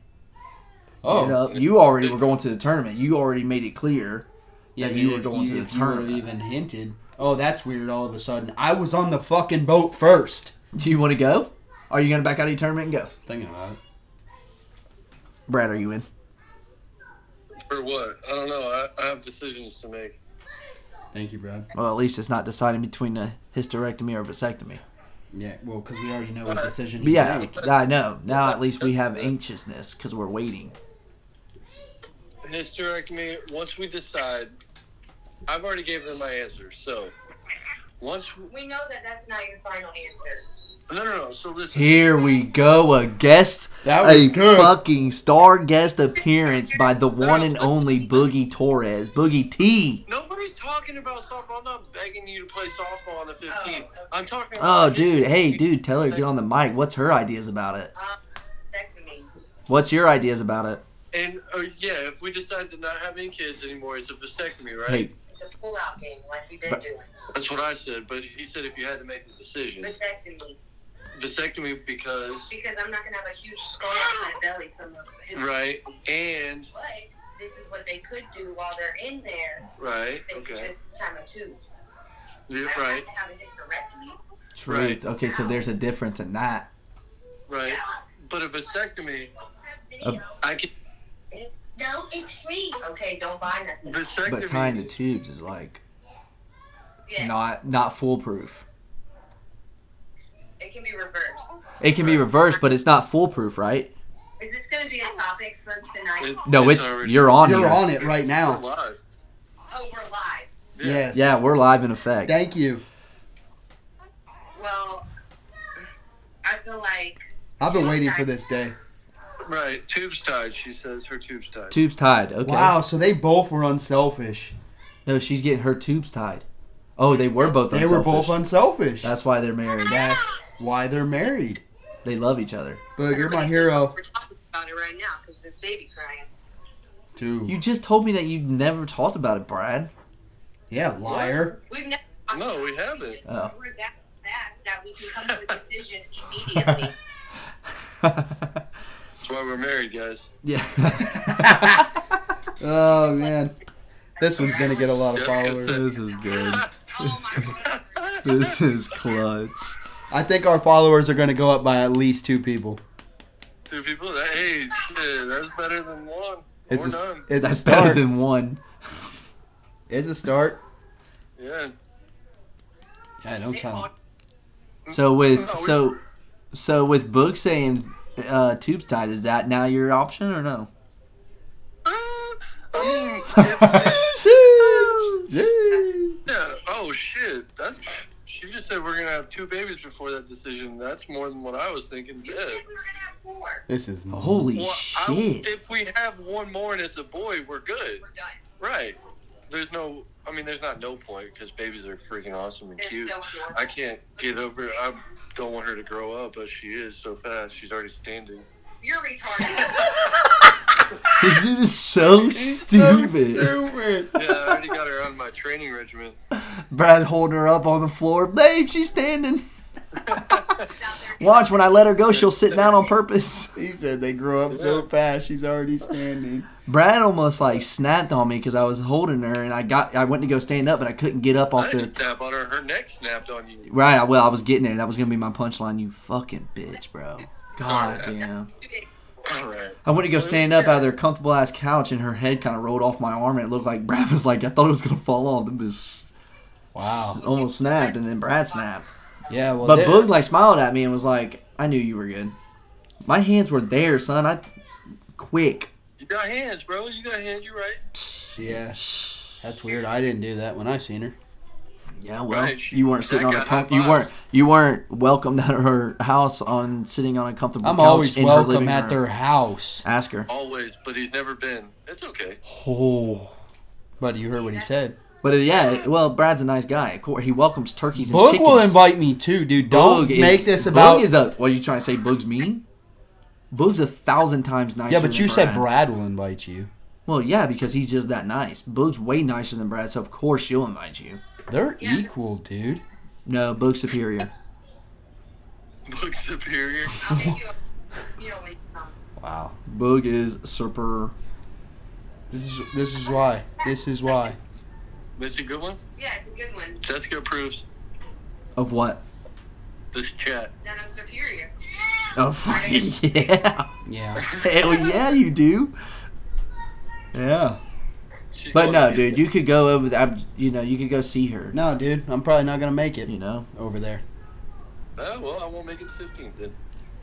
Speaker 2: Oh,
Speaker 1: You, know, you already were going to the tournament. You already made it clear.
Speaker 2: Yeah,
Speaker 1: that
Speaker 2: but
Speaker 1: you were
Speaker 2: if
Speaker 1: going
Speaker 2: you,
Speaker 1: to the
Speaker 2: if you would have
Speaker 1: tournament.
Speaker 2: even hinted, oh, that's weird. All of a sudden, I was on the fucking boat first.
Speaker 1: Do you want to go? Are you gonna back out of your tournament and go?
Speaker 2: Thinking about it.
Speaker 1: Brad, are you in?
Speaker 3: For what? I don't know. I, I have decisions to make.
Speaker 2: Thank you, Brad.
Speaker 1: Well, at least it's not deciding between a hysterectomy or vasectomy.
Speaker 2: Yeah, well, because we already know what decision
Speaker 1: But
Speaker 2: he
Speaker 1: Uh, yeah,
Speaker 2: made.
Speaker 1: I know. Now at least we have anxiousness because we're waiting.
Speaker 3: Hysterectomy, once we decide, I've already gave them my answer. So, once.
Speaker 4: We know that that's not your final answer.
Speaker 3: No, no, no. So listen.
Speaker 1: Here we go, a guest,
Speaker 2: That
Speaker 1: a
Speaker 2: was good.
Speaker 1: fucking star guest appearance by the one and only Boogie Torres, Boogie T.
Speaker 3: Nobody's talking about softball. I'm not begging you to play softball on the 15th.
Speaker 4: Oh.
Speaker 3: I'm talking
Speaker 1: Oh,
Speaker 3: about.
Speaker 1: dude, hey, dude, tell her to get on the mic. What's her ideas about it?
Speaker 4: Um, vasectomy.
Speaker 1: What's your ideas about it?
Speaker 3: And uh, yeah, if we decide to not have any kids anymore, it's a vasectomy, right?
Speaker 1: Hey,
Speaker 4: It's a pull-out game, like we've been
Speaker 1: But-
Speaker 4: doing.
Speaker 3: That's what I said. But he said if you had to make the decision,
Speaker 4: Vasectomy,
Speaker 3: vasectomy because
Speaker 4: because I'm not gonna have a huge scar on my belly from the.
Speaker 3: right, and
Speaker 4: But this is what they could do while they're in there.
Speaker 3: Right.
Speaker 4: They could
Speaker 3: Okay.
Speaker 4: just time a tubes.
Speaker 3: Yeah,
Speaker 4: I don't
Speaker 3: right.
Speaker 4: have to have a hysterectomy.
Speaker 1: Truth. Okay, so there's a difference in that.
Speaker 3: Right. But a vasectomy,
Speaker 1: Uh,
Speaker 3: I can
Speaker 4: No, it's free. Okay, don't buy nothing.
Speaker 3: vasectomy.
Speaker 1: But tying the tubes is like
Speaker 4: Yeah,
Speaker 1: not not foolproof.
Speaker 4: it can be reversed.
Speaker 1: It can be reversed, but it's not foolproof, right?
Speaker 4: Is this going to be a topic for tonight?
Speaker 1: No, it's
Speaker 3: already-
Speaker 1: you're on
Speaker 2: You're
Speaker 1: here.
Speaker 2: on it right
Speaker 3: We're
Speaker 2: now.
Speaker 3: live.
Speaker 4: oh, we're live.
Speaker 2: Yes.
Speaker 1: Yeah, we're live in effect.
Speaker 2: Thank you.
Speaker 4: Well, I feel like
Speaker 2: I've been waiting for this day.
Speaker 3: Right. Tubes tied. She says her tubes tied.
Speaker 1: Tubes tied. Okay.
Speaker 2: Wow, so they both were unselfish.
Speaker 1: No, she's getting her tubes tied. Oh, they were both.
Speaker 2: They were both
Speaker 1: unselfish.
Speaker 2: unselfish.
Speaker 1: That's why they're married.
Speaker 2: That's why they're married.
Speaker 1: They love each other.
Speaker 2: But you're my
Speaker 4: everybody's-
Speaker 2: hero.
Speaker 4: We're talking about it right now because this baby crying.
Speaker 2: Dude.
Speaker 1: You just told me that you never talked about it, Brad.
Speaker 2: Yeah, liar.
Speaker 4: We've never. talked
Speaker 3: No,
Speaker 4: about
Speaker 3: we
Speaker 4: it.
Speaker 3: haven't.
Speaker 4: just
Speaker 1: Oh.
Speaker 4: threw that back that we can come to a decision immediately.
Speaker 3: That's why we're married, guys.
Speaker 1: yeah.
Speaker 2: Oh, man. This one's going to get a lot of followers.
Speaker 1: this is good.
Speaker 4: oh my god.
Speaker 1: This is clutch.
Speaker 2: I think our followers are going to go up by at least two people.
Speaker 3: Two people. That, hey, shit, that's better than one.
Speaker 2: It's
Speaker 3: we're
Speaker 2: a, s-
Speaker 3: done.
Speaker 2: it's a
Speaker 1: That's better
Speaker 2: start.
Speaker 1: than one.
Speaker 2: It's a start.
Speaker 3: Yeah.
Speaker 2: Yeah, no sound.
Speaker 1: So with
Speaker 3: No, Oh, we-
Speaker 1: so so with book saying uh, tubes tied, is that now your option or no?
Speaker 3: Uh, I mean, if- yeah. Oh shit. That's. She just said we're gonna have two babies before that decision. That's more than what I was thinking.
Speaker 4: You
Speaker 3: Yeah.
Speaker 4: said we were gonna have four.
Speaker 2: This is
Speaker 1: Holy
Speaker 3: Well, I,
Speaker 1: shit!
Speaker 3: if we have one more and it's a boy, we're good.
Speaker 4: We're done.
Speaker 3: Right. There's no. I mean, there's not no point because babies are freaking awesome and
Speaker 4: They're
Speaker 3: cute.
Speaker 4: so adorable.
Speaker 3: I can't get over. I don't want her to grow up, but she is so fast. She's already standing.
Speaker 4: You're retarded.
Speaker 1: this dude is so stupid.
Speaker 2: stupid.
Speaker 3: Yeah, I already got her on my training regimen.
Speaker 1: Brad holding her up on the floor, babe. She's standing.
Speaker 4: Out there.
Speaker 1: Watch when I let her go, she'll sit down on purpose.
Speaker 2: He said they grow up so fast. She's already standing.
Speaker 1: Brad almost like snapped on me because I was holding her and I got I went to go stand up and I couldn't get up
Speaker 3: I
Speaker 1: off
Speaker 3: didn't
Speaker 1: the
Speaker 3: tap on her. Her neck snapped on you.
Speaker 1: right. I- Well, I was getting there. That was gonna be my punchline. You fucking bitch, bro. God damn.
Speaker 3: All right.
Speaker 1: I went to go stand up out of their comfortable ass couch, and her head kind of rolled off my arm, and it looked like Brad was like, I thought it was gonna fall off, and just s- almost snapped, and then Brad snapped.
Speaker 2: Yeah, well,
Speaker 1: But
Speaker 2: they-
Speaker 1: Boog like smiled at me and was like, I knew you were good. My hands were there, son. I quick.
Speaker 3: You got hands, bro. You got hands. You right.
Speaker 2: yeah, that's weird. I didn't do that when I seen her.
Speaker 1: Yeah, well,
Speaker 3: Right, she-
Speaker 1: you weren't
Speaker 3: that
Speaker 1: sitting on a
Speaker 3: got
Speaker 1: com-
Speaker 3: high
Speaker 1: you
Speaker 3: fives.
Speaker 1: weren't you weren't welcomed at her house on sitting on a comfortable.
Speaker 2: I'm
Speaker 1: couch
Speaker 2: always
Speaker 1: in her
Speaker 2: welcome
Speaker 1: living
Speaker 2: at
Speaker 1: room.
Speaker 2: their house.
Speaker 1: Ask her,
Speaker 3: Always, but he's never been. It's okay.
Speaker 2: Oh, but you heard what he said.
Speaker 1: but uh, yeah, well, Brad's a nice guy. Of course, he welcomes turkeys and
Speaker 2: Boog
Speaker 1: chickens.
Speaker 2: will invite me too, dude. Don't
Speaker 1: Boog is-
Speaker 2: make this about.
Speaker 1: Boog is a. What are you trying to say? Boog's mean. Boog's a thousand times nicer.
Speaker 2: yeah, but
Speaker 1: than
Speaker 2: you said
Speaker 1: Brad.
Speaker 2: Brad will invite you.
Speaker 1: Well, yeah, because he's just that nice. Boog's way nicer than Brad, so of course she'll invite you.
Speaker 2: They're
Speaker 4: Yeah.
Speaker 2: equal, dude.
Speaker 1: No, Boog's superior.
Speaker 3: Book superior.
Speaker 4: I'll make you a you know, when you come.
Speaker 2: Wow.
Speaker 1: Boog is super.
Speaker 2: This is this is why. This is why.
Speaker 3: Missy, good one.
Speaker 4: Yeah, it's a good one.
Speaker 3: Jessica approves
Speaker 1: Of what?
Speaker 3: this chat.
Speaker 4: Then I'm superior.
Speaker 1: Of yeah.
Speaker 2: Yeah.
Speaker 1: Hell yeah, you do. Yeah.
Speaker 3: She's
Speaker 1: But
Speaker 3: going
Speaker 1: no,
Speaker 3: to-
Speaker 1: dude, you could go over there. I'm- You know, you could go see her.
Speaker 2: No, dude. I'm probably not gonna make it
Speaker 1: You know.
Speaker 2: over there.
Speaker 3: Oh well, I won't make it the 15th then.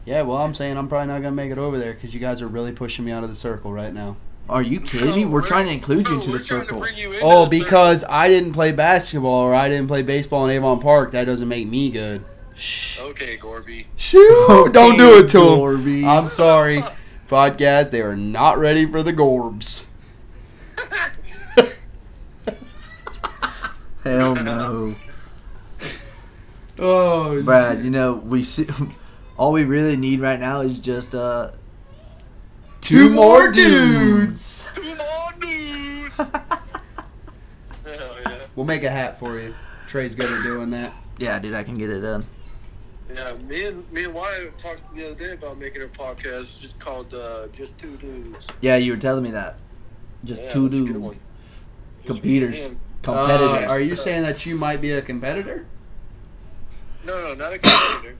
Speaker 2: Yeah, well, I'm saying I'm probably not gonna make it over there because you guys are really pushing me out of the circle right now.
Speaker 1: Are you kidding me?
Speaker 3: No,
Speaker 1: We're trying to include you
Speaker 3: no,
Speaker 1: into
Speaker 3: we're
Speaker 1: the
Speaker 3: trying to
Speaker 1: circle.
Speaker 3: bring you into
Speaker 2: Oh,
Speaker 3: the circle.
Speaker 2: because I didn't play basketball or I didn't play baseball in Avon Park. That doesn't make me good. Shh.
Speaker 3: Okay, Gorby.
Speaker 2: Shoo, don't do it to
Speaker 1: Gorby.
Speaker 2: them. I'm sorry, podcast. They are not ready for the Gorbs.
Speaker 1: Hell no.
Speaker 2: Oh,
Speaker 1: Brad, you know, we see, all we really need right now is just uh
Speaker 2: two more dudes.
Speaker 3: Come on, dude. Hell yeah.
Speaker 2: We'll make a hat for you. Trey's good at doing that.
Speaker 1: Yeah, dude, I can get it done.
Speaker 3: Yeah, me and me and Wyatt talked the other day about making a podcast just called uh, "Just Two Dudes."
Speaker 1: Yeah, you were telling me that. Just
Speaker 3: Yeah,
Speaker 1: two
Speaker 3: that's a good one.
Speaker 1: dudes,
Speaker 3: Just
Speaker 1: computers,
Speaker 3: man.
Speaker 1: competitors.
Speaker 2: Uh, are you saying that you might be a competitor?
Speaker 3: No, no, not a competitor.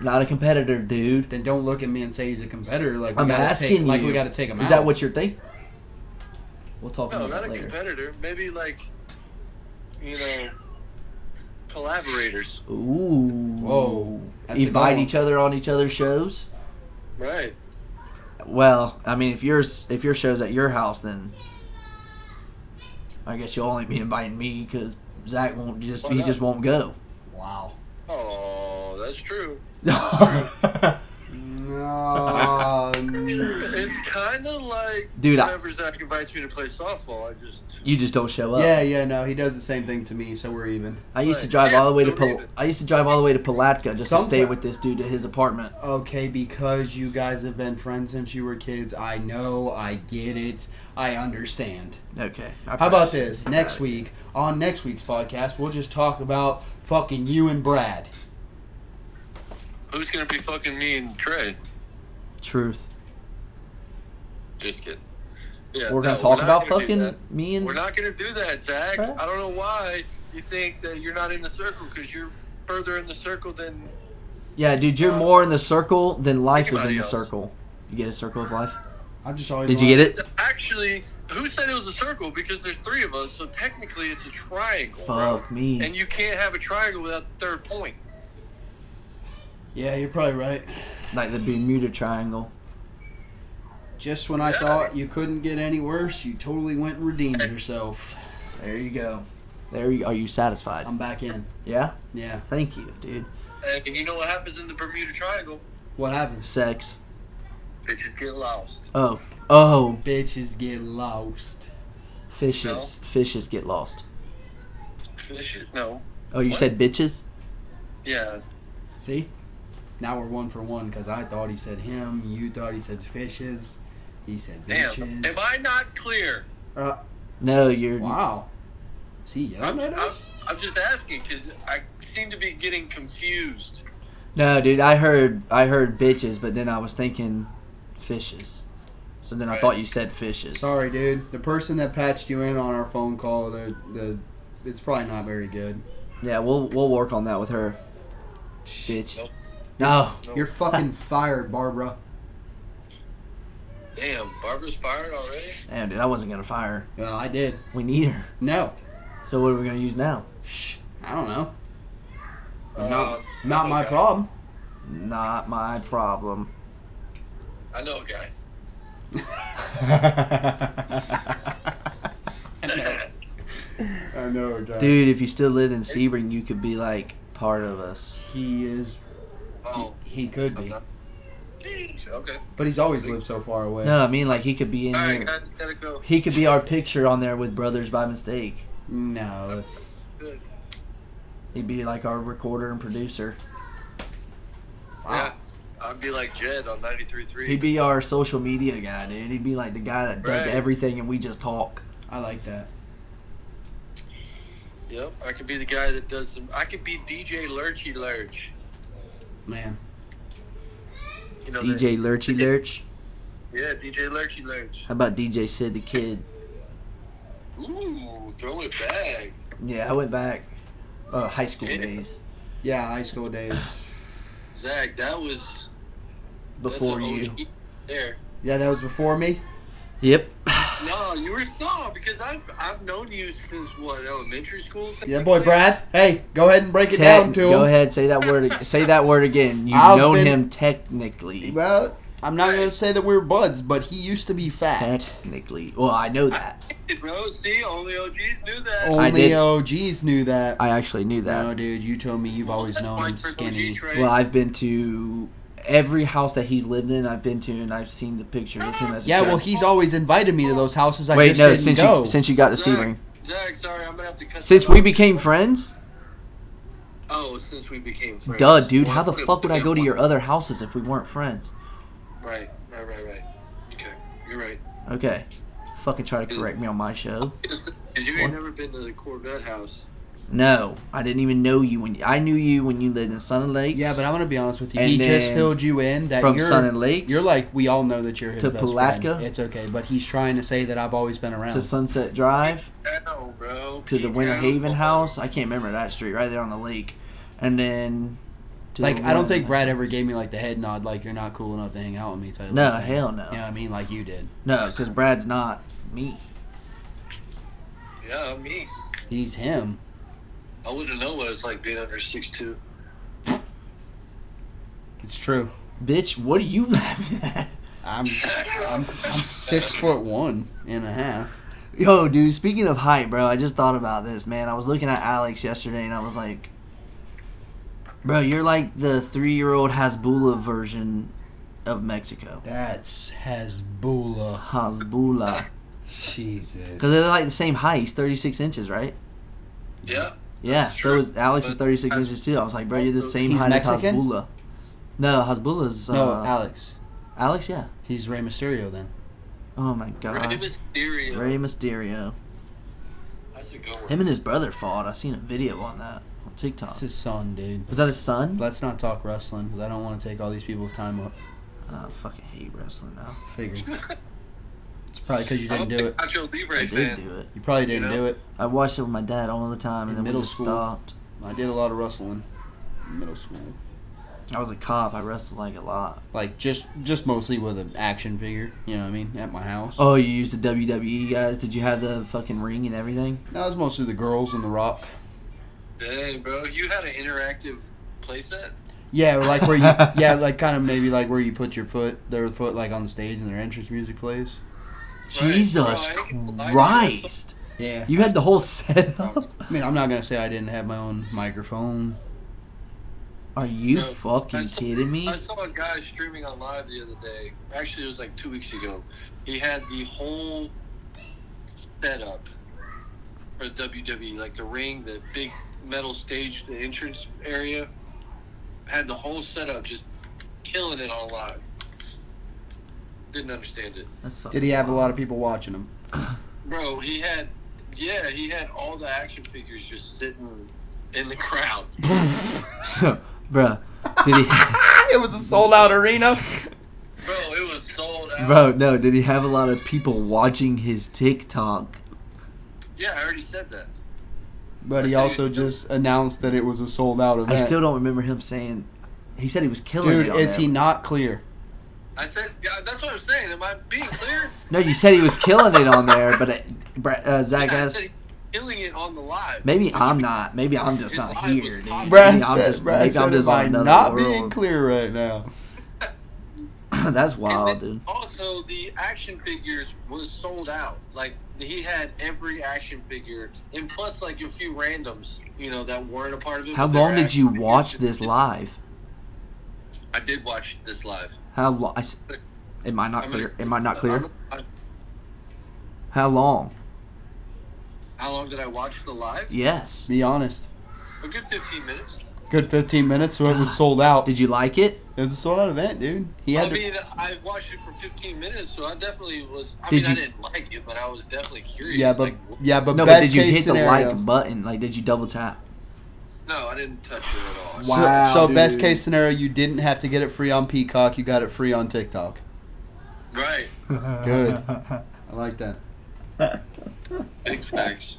Speaker 1: Not a competitor, dude.
Speaker 2: Then don't look at me and say he's a competitor. Like we
Speaker 1: I'm
Speaker 2: gotta
Speaker 1: asking
Speaker 2: take,
Speaker 1: you.
Speaker 2: Like we got to take him
Speaker 1: Is
Speaker 2: out.
Speaker 1: that what you're thinking? We'll talk
Speaker 3: No,
Speaker 1: about
Speaker 3: not
Speaker 1: that
Speaker 3: a
Speaker 1: later.
Speaker 3: competitor. Maybe like, you know, collaborators.
Speaker 1: Ooh.
Speaker 2: Whoa, that's a good
Speaker 1: Invite
Speaker 2: one.
Speaker 1: each other on each other's shows.
Speaker 3: Right.
Speaker 1: Well, I mean, if yours if your show's at your house, then I guess you'll only be inviting me because Zach won't just
Speaker 3: Why
Speaker 1: he
Speaker 3: not?
Speaker 1: just won't go.
Speaker 2: Wow.
Speaker 3: Oh, that's true.
Speaker 2: No.
Speaker 3: It's kind of like
Speaker 1: Dude, I-
Speaker 3: whenever Zach invites me to play softball, I just
Speaker 1: you just don't show up.
Speaker 2: yeah, yeah, no, he does the same thing to me, so we're even.
Speaker 1: I used to
Speaker 3: Right.
Speaker 1: drive
Speaker 3: Yeah,
Speaker 1: all the way to
Speaker 3: don't
Speaker 1: Pal-
Speaker 3: leave it.
Speaker 1: I used to drive all the way to Palatka just to stay
Speaker 2: Sometime-
Speaker 1: with this dude at his apartment.
Speaker 2: Okay, because you guys have been friends since you were kids. I know, I get it, I understand.
Speaker 1: Okay.
Speaker 2: How about this? Next week, on next week's podcast, we'll just talk about fucking you and Brad.
Speaker 3: who's gonna be fucking me and Trey?
Speaker 1: Truth.
Speaker 3: Just kidding. Yeah,
Speaker 1: We're gonna
Speaker 3: no,
Speaker 1: talk
Speaker 3: not
Speaker 1: about
Speaker 3: gonna do
Speaker 1: fucking
Speaker 3: that.
Speaker 1: me and
Speaker 3: We're not gonna do that, Zach.
Speaker 1: Right.
Speaker 3: I don't know why you think that you're not in the circle because you're further in the circle than
Speaker 1: yeah, dude. You're more in the circle than life was in
Speaker 3: Anybody
Speaker 1: the
Speaker 3: else.
Speaker 1: circle. You get a circle of life.
Speaker 2: I just always
Speaker 1: Did you
Speaker 2: wanted-
Speaker 1: get it?
Speaker 3: actually. Who said it was a circle? Because there's three of us, so technically it's a triangle. bro.
Speaker 1: Fuck me.
Speaker 3: And you can't have a triangle without the third point.
Speaker 2: Yeah, you're probably right.
Speaker 1: like the Bermuda Triangle.
Speaker 2: Just when I
Speaker 3: Yeah.
Speaker 2: thought you couldn't get any worse, you totally went and redeemed yourself.
Speaker 1: There you go. There you are. You satisfied?
Speaker 2: I'm back in.
Speaker 1: Yeah.
Speaker 2: Yeah.
Speaker 1: Thank you, dude.
Speaker 3: And you know what happens in the Bermuda Triangle?
Speaker 2: What happens?
Speaker 1: Sex.
Speaker 3: Bitches get lost.
Speaker 1: Oh. Oh.
Speaker 2: Bitches get lost.
Speaker 1: Fishes. Fishes get lost.
Speaker 3: Fish it. No.
Speaker 1: Oh, you
Speaker 3: What?
Speaker 1: said bitches.
Speaker 3: Yeah.
Speaker 2: See? Now we're one for one because I thought he said him, you thought he said fishes, he said
Speaker 3: Damn.
Speaker 2: bitches.
Speaker 3: Am I not clear?
Speaker 2: uh,
Speaker 1: No, you're.
Speaker 2: wow. See, yelling at
Speaker 3: I'm,
Speaker 2: us?
Speaker 3: I'm just asking because I seem to be getting confused.
Speaker 1: No, dude. I heard. I heard bitches, but then I was thinking fishes. So then I
Speaker 3: Right.
Speaker 1: thought you said fishes.
Speaker 2: Sorry, dude. The person that patched you in on our phone call, the the, it's probably not very good.
Speaker 1: Yeah, we'll we'll work on that with her. Bitch.
Speaker 3: Nope.
Speaker 1: No.
Speaker 3: Nope.
Speaker 2: You're fucking fired, Barbara.
Speaker 3: Damn, Barbara's fired already?
Speaker 1: Damn, dude. I wasn't gonna fire. her.
Speaker 2: Well, Uh, I did.
Speaker 1: We need her.
Speaker 2: No.
Speaker 1: So what are we gonna use now?
Speaker 2: Shh, I don't know.
Speaker 3: Uh,
Speaker 2: not not my
Speaker 3: okay.
Speaker 2: problem.
Speaker 1: Not my problem.
Speaker 3: I know a guy.
Speaker 2: I know, guy.
Speaker 1: Dude, if you still lived in Sebring, you could be like part of us.
Speaker 2: He is.
Speaker 3: Oh.
Speaker 2: He could be,
Speaker 3: Okay. Jeez, okay.
Speaker 2: but he's always lived so far away.
Speaker 1: No, I mean like he could be in
Speaker 3: Alright,
Speaker 1: here.
Speaker 3: guys, gotta go.
Speaker 1: He could be our picture on there with brothers by mistake.
Speaker 2: No, it's.
Speaker 3: Good.
Speaker 1: He'd be like our recorder and producer.
Speaker 3: Yeah. I'd be like Jed on 93.3.
Speaker 1: He'd be our social media guy, dude. He'd be like the guy that does
Speaker 3: Right.
Speaker 1: everything and we just talk.
Speaker 2: I like that.
Speaker 3: Yep, I could be the guy that does some. I could be DJ Lurchy Lurch.
Speaker 2: Man,
Speaker 3: You know that-
Speaker 1: DJ Lurchy Lurch.
Speaker 3: Yeah, DJ Lurchy Lurch.
Speaker 1: How about DJ Sid the Kid?
Speaker 3: Ooh, throw it back.
Speaker 1: Yeah, I went back. Uh, high school
Speaker 3: Yeah.
Speaker 1: days.
Speaker 2: yeah, high school days.
Speaker 3: Zach, that was. that's
Speaker 1: Before
Speaker 3: an
Speaker 1: you.
Speaker 3: OG There.
Speaker 2: Yeah, that was before me.
Speaker 1: Yep.
Speaker 3: No, you were. No, because I've, I've known you since what, elementary school?
Speaker 2: Yeah, boy,
Speaker 3: technically?
Speaker 2: Brad. Hey, go ahead and break it
Speaker 1: Tech-
Speaker 2: down to him.
Speaker 1: go ahead, say that word. ag- Say that word again. You've
Speaker 2: I've
Speaker 1: known
Speaker 2: been-
Speaker 1: him technically.
Speaker 2: Well, I'm not gonna say that we were buds, but he used to be fat.
Speaker 1: Technically, well, I know that.
Speaker 3: Bro, see, only OGs knew that.
Speaker 1: I
Speaker 2: Only
Speaker 1: did-
Speaker 2: OGs knew that.
Speaker 1: I actually knew that.
Speaker 2: No, dude, you told me you've always
Speaker 3: That's
Speaker 2: known
Speaker 3: why
Speaker 2: him
Speaker 3: for OG
Speaker 2: skinny.
Speaker 3: trade-
Speaker 1: Well, I've been to every house that he's lived in. I've been to, and I've seen the pictures of him as a
Speaker 2: Yeah,
Speaker 1: kid.
Speaker 2: well, he's always invited me to those houses. I
Speaker 1: wait,
Speaker 2: just
Speaker 1: no,
Speaker 2: didn't
Speaker 1: since
Speaker 2: go.
Speaker 1: you since you got to
Speaker 3: Zach,
Speaker 1: Sebring,
Speaker 3: Zach, sorry, I'm gonna have to cut.
Speaker 1: since
Speaker 3: that
Speaker 1: we
Speaker 3: off.
Speaker 1: became friends.
Speaker 3: Oh, since we became friends.
Speaker 1: Duh, dude, how the
Speaker 3: Well,
Speaker 1: fuck would I
Speaker 3: yeah,
Speaker 1: go to
Speaker 3: well,
Speaker 1: your other houses if we weren't friends?
Speaker 3: Right, right, right, right. Okay, you're right.
Speaker 1: Okay, fucking try to correct me on my show.
Speaker 3: Because you
Speaker 1: What?
Speaker 3: ain't never been to the Corvette house.
Speaker 1: No, I didn't even know you when I knew you when you lived in Sun Lake.
Speaker 2: Yeah, but I'm gonna be honest with you.
Speaker 1: And
Speaker 2: he just
Speaker 1: then
Speaker 2: filled you in that
Speaker 1: from
Speaker 2: you're
Speaker 1: Sun and Lakes
Speaker 2: You're like we all know that you're his
Speaker 1: to
Speaker 2: best
Speaker 1: Palatka.
Speaker 2: friend. It's okay, but he's trying to say that I've always been around.
Speaker 1: to Sunset Drive
Speaker 3: Down, bro.
Speaker 1: to the
Speaker 3: Keep
Speaker 1: Winter
Speaker 3: down.
Speaker 1: Haven house. I can't remember that street right there on the lake, and then to
Speaker 2: like
Speaker 1: the
Speaker 2: I don't
Speaker 1: one-
Speaker 2: think Brad ever gave me like the head nod, like you're not cool enough to hang out with me. Type of
Speaker 1: No,
Speaker 2: thing.
Speaker 1: hell no.
Speaker 2: You know what I mean? Like you did.
Speaker 1: No, because Brad's not me.
Speaker 3: Yeah, me.
Speaker 2: He's him.
Speaker 3: I wouldn't know what it's like being under six two.
Speaker 2: It's true.
Speaker 1: Bitch, what are you laughing at?
Speaker 2: I'm I'm, I'm six foot one and a half.
Speaker 1: Yo, dude, speaking of height, bro, I just thought about this, man. I was looking at Alex yesterday and I was like, bro, you're like the three year old Hasbula version of Mexico.
Speaker 2: That's Hezbollah.
Speaker 1: Hasbula.
Speaker 2: Jesus.
Speaker 1: Because they're like the same height. He's 36 inches, right?
Speaker 3: Yeah.
Speaker 1: Yeah,
Speaker 3: That's
Speaker 1: so
Speaker 3: true.
Speaker 1: is Alex is
Speaker 3: But
Speaker 1: 36 inches too. I was like, bro, you're the same
Speaker 2: He's
Speaker 1: height
Speaker 2: Mexican?
Speaker 1: as Hasbula. No, Hasbula's. Uh,
Speaker 2: No, Alex.
Speaker 1: Alex, yeah.
Speaker 2: He's Rey Mysterio then.
Speaker 1: Oh my god.
Speaker 3: Ray Mysterio.
Speaker 1: Rey Mysterio.
Speaker 3: That's a good one.
Speaker 1: Him and his brother fought. I seen a video on that on TikTok.
Speaker 2: That's his son, dude.
Speaker 1: Was that his son?
Speaker 2: Let's not talk wrestling because I don't want to take all these people's time up.
Speaker 1: Oh, I fucking hate wrestling now.
Speaker 2: Figure. It's probably because you
Speaker 3: I
Speaker 2: didn't
Speaker 3: don't
Speaker 2: do
Speaker 3: think
Speaker 2: it.
Speaker 3: Nacho Libre
Speaker 1: I did
Speaker 3: fan.
Speaker 1: do it.
Speaker 2: You probably didn't
Speaker 3: You know?
Speaker 2: do it.
Speaker 1: I watched it with my dad all the time, and
Speaker 2: In
Speaker 1: then we
Speaker 2: middle
Speaker 1: just
Speaker 2: school?
Speaker 1: stopped.
Speaker 2: I did a lot of wrestling. in Middle school,
Speaker 1: I was a cop. I wrestled like a lot.
Speaker 2: like just just mostly with an action figure. You know what I mean? At my house.
Speaker 1: Oh, you used the WWE guys? Did you have the fucking ring and everything?
Speaker 2: That was mostly the girls and the rock.
Speaker 3: Dang, bro, you had an interactive playset.
Speaker 2: Yeah, like where you, yeah, like kind of maybe like where you put your foot, their foot, like on the stage, and their entrance music plays.
Speaker 1: Jesus
Speaker 3: Right. Right.
Speaker 1: Christ!
Speaker 2: Yeah.
Speaker 1: You had the whole setup.
Speaker 2: I mean, I'm not gonna say I didn't have my own microphone.
Speaker 1: Are you
Speaker 3: Bro, I
Speaker 1: fucking
Speaker 3: saw-
Speaker 1: kidding me?
Speaker 3: I saw a guy streaming on live the other day. Actually, it was like two weeks ago. He had the whole setup for WWE, like the ring, the big metal stage, the entrance area. Had the whole setup, just killing it on live. Didn't understand it,
Speaker 1: That's fucking
Speaker 2: Did he have a lot of people watching him?
Speaker 3: bro. He had, yeah, he had all the action figures just sitting in the crowd.
Speaker 1: Bruh, did he?
Speaker 2: it was a sold out arena.
Speaker 3: Bro, it was sold out.
Speaker 1: Bro, no. Did he have a lot of people watching his TikTok?
Speaker 3: Yeah, I already said that.
Speaker 2: But he also just announced that it was a sold out event.
Speaker 1: I still don't remember him saying. He said he was killing.
Speaker 2: Dude,
Speaker 1: it on
Speaker 2: is
Speaker 1: there.
Speaker 2: he not clear?
Speaker 3: I said, yeah, that's what I'm saying. Am I being clear?
Speaker 1: No, you said he was killing it on there, but it, Bra- uh, Zach
Speaker 3: I
Speaker 1: asked.
Speaker 3: said killing it on the live.
Speaker 1: Maybe I'm not. Maybe I'm just
Speaker 3: His
Speaker 1: not
Speaker 3: eye was
Speaker 1: here, dude.
Speaker 3: hot.
Speaker 1: Maybe
Speaker 2: Brad
Speaker 1: I'm
Speaker 2: said,
Speaker 1: just,
Speaker 2: Brad
Speaker 1: maybe I'm
Speaker 2: said,
Speaker 1: just
Speaker 2: "Am I
Speaker 1: on another
Speaker 2: not being
Speaker 1: world.
Speaker 2: clear right now?
Speaker 1: That's
Speaker 3: And
Speaker 1: wild,
Speaker 3: then
Speaker 1: dude.
Speaker 3: Also, the action figures was sold out. Like he had every action figure, and plus like a few randoms, you know, that weren't a part of it.
Speaker 1: How
Speaker 3: but they were
Speaker 1: long did you
Speaker 3: action figures.
Speaker 1: watch this live?
Speaker 3: I did watch this live.
Speaker 1: How long? Am I not
Speaker 3: I'm gonna-
Speaker 1: clear? Am I not clear?
Speaker 3: I'm-
Speaker 1: How long?
Speaker 3: How long did I watch the live?
Speaker 1: Yes.
Speaker 2: Be honest.
Speaker 3: A good 15 minutes.
Speaker 2: Good 15 minutes, so it was sold out.
Speaker 1: Did you like it?
Speaker 2: It was a sold out event, dude. He had
Speaker 3: I
Speaker 2: to.
Speaker 3: mean, I watched it for 15 minutes, so I definitely was. I
Speaker 1: Did
Speaker 3: mean,
Speaker 1: you-
Speaker 3: I didn't like it, but I was definitely curious.
Speaker 2: Yeah, but
Speaker 3: like, wh-
Speaker 2: yeah, but
Speaker 1: No, but
Speaker 2: best
Speaker 1: did you
Speaker 2: case
Speaker 1: hit
Speaker 2: scenario.
Speaker 1: the like button? Like, did you double tap?
Speaker 3: no, I didn't touch it at all.
Speaker 2: So-
Speaker 1: Wow,
Speaker 2: so best
Speaker 1: dude.
Speaker 2: case scenario, you didn't have to get it free on Peacock. You got it free on TikTok.
Speaker 3: Right.
Speaker 2: Good. I like that.
Speaker 3: Big facts.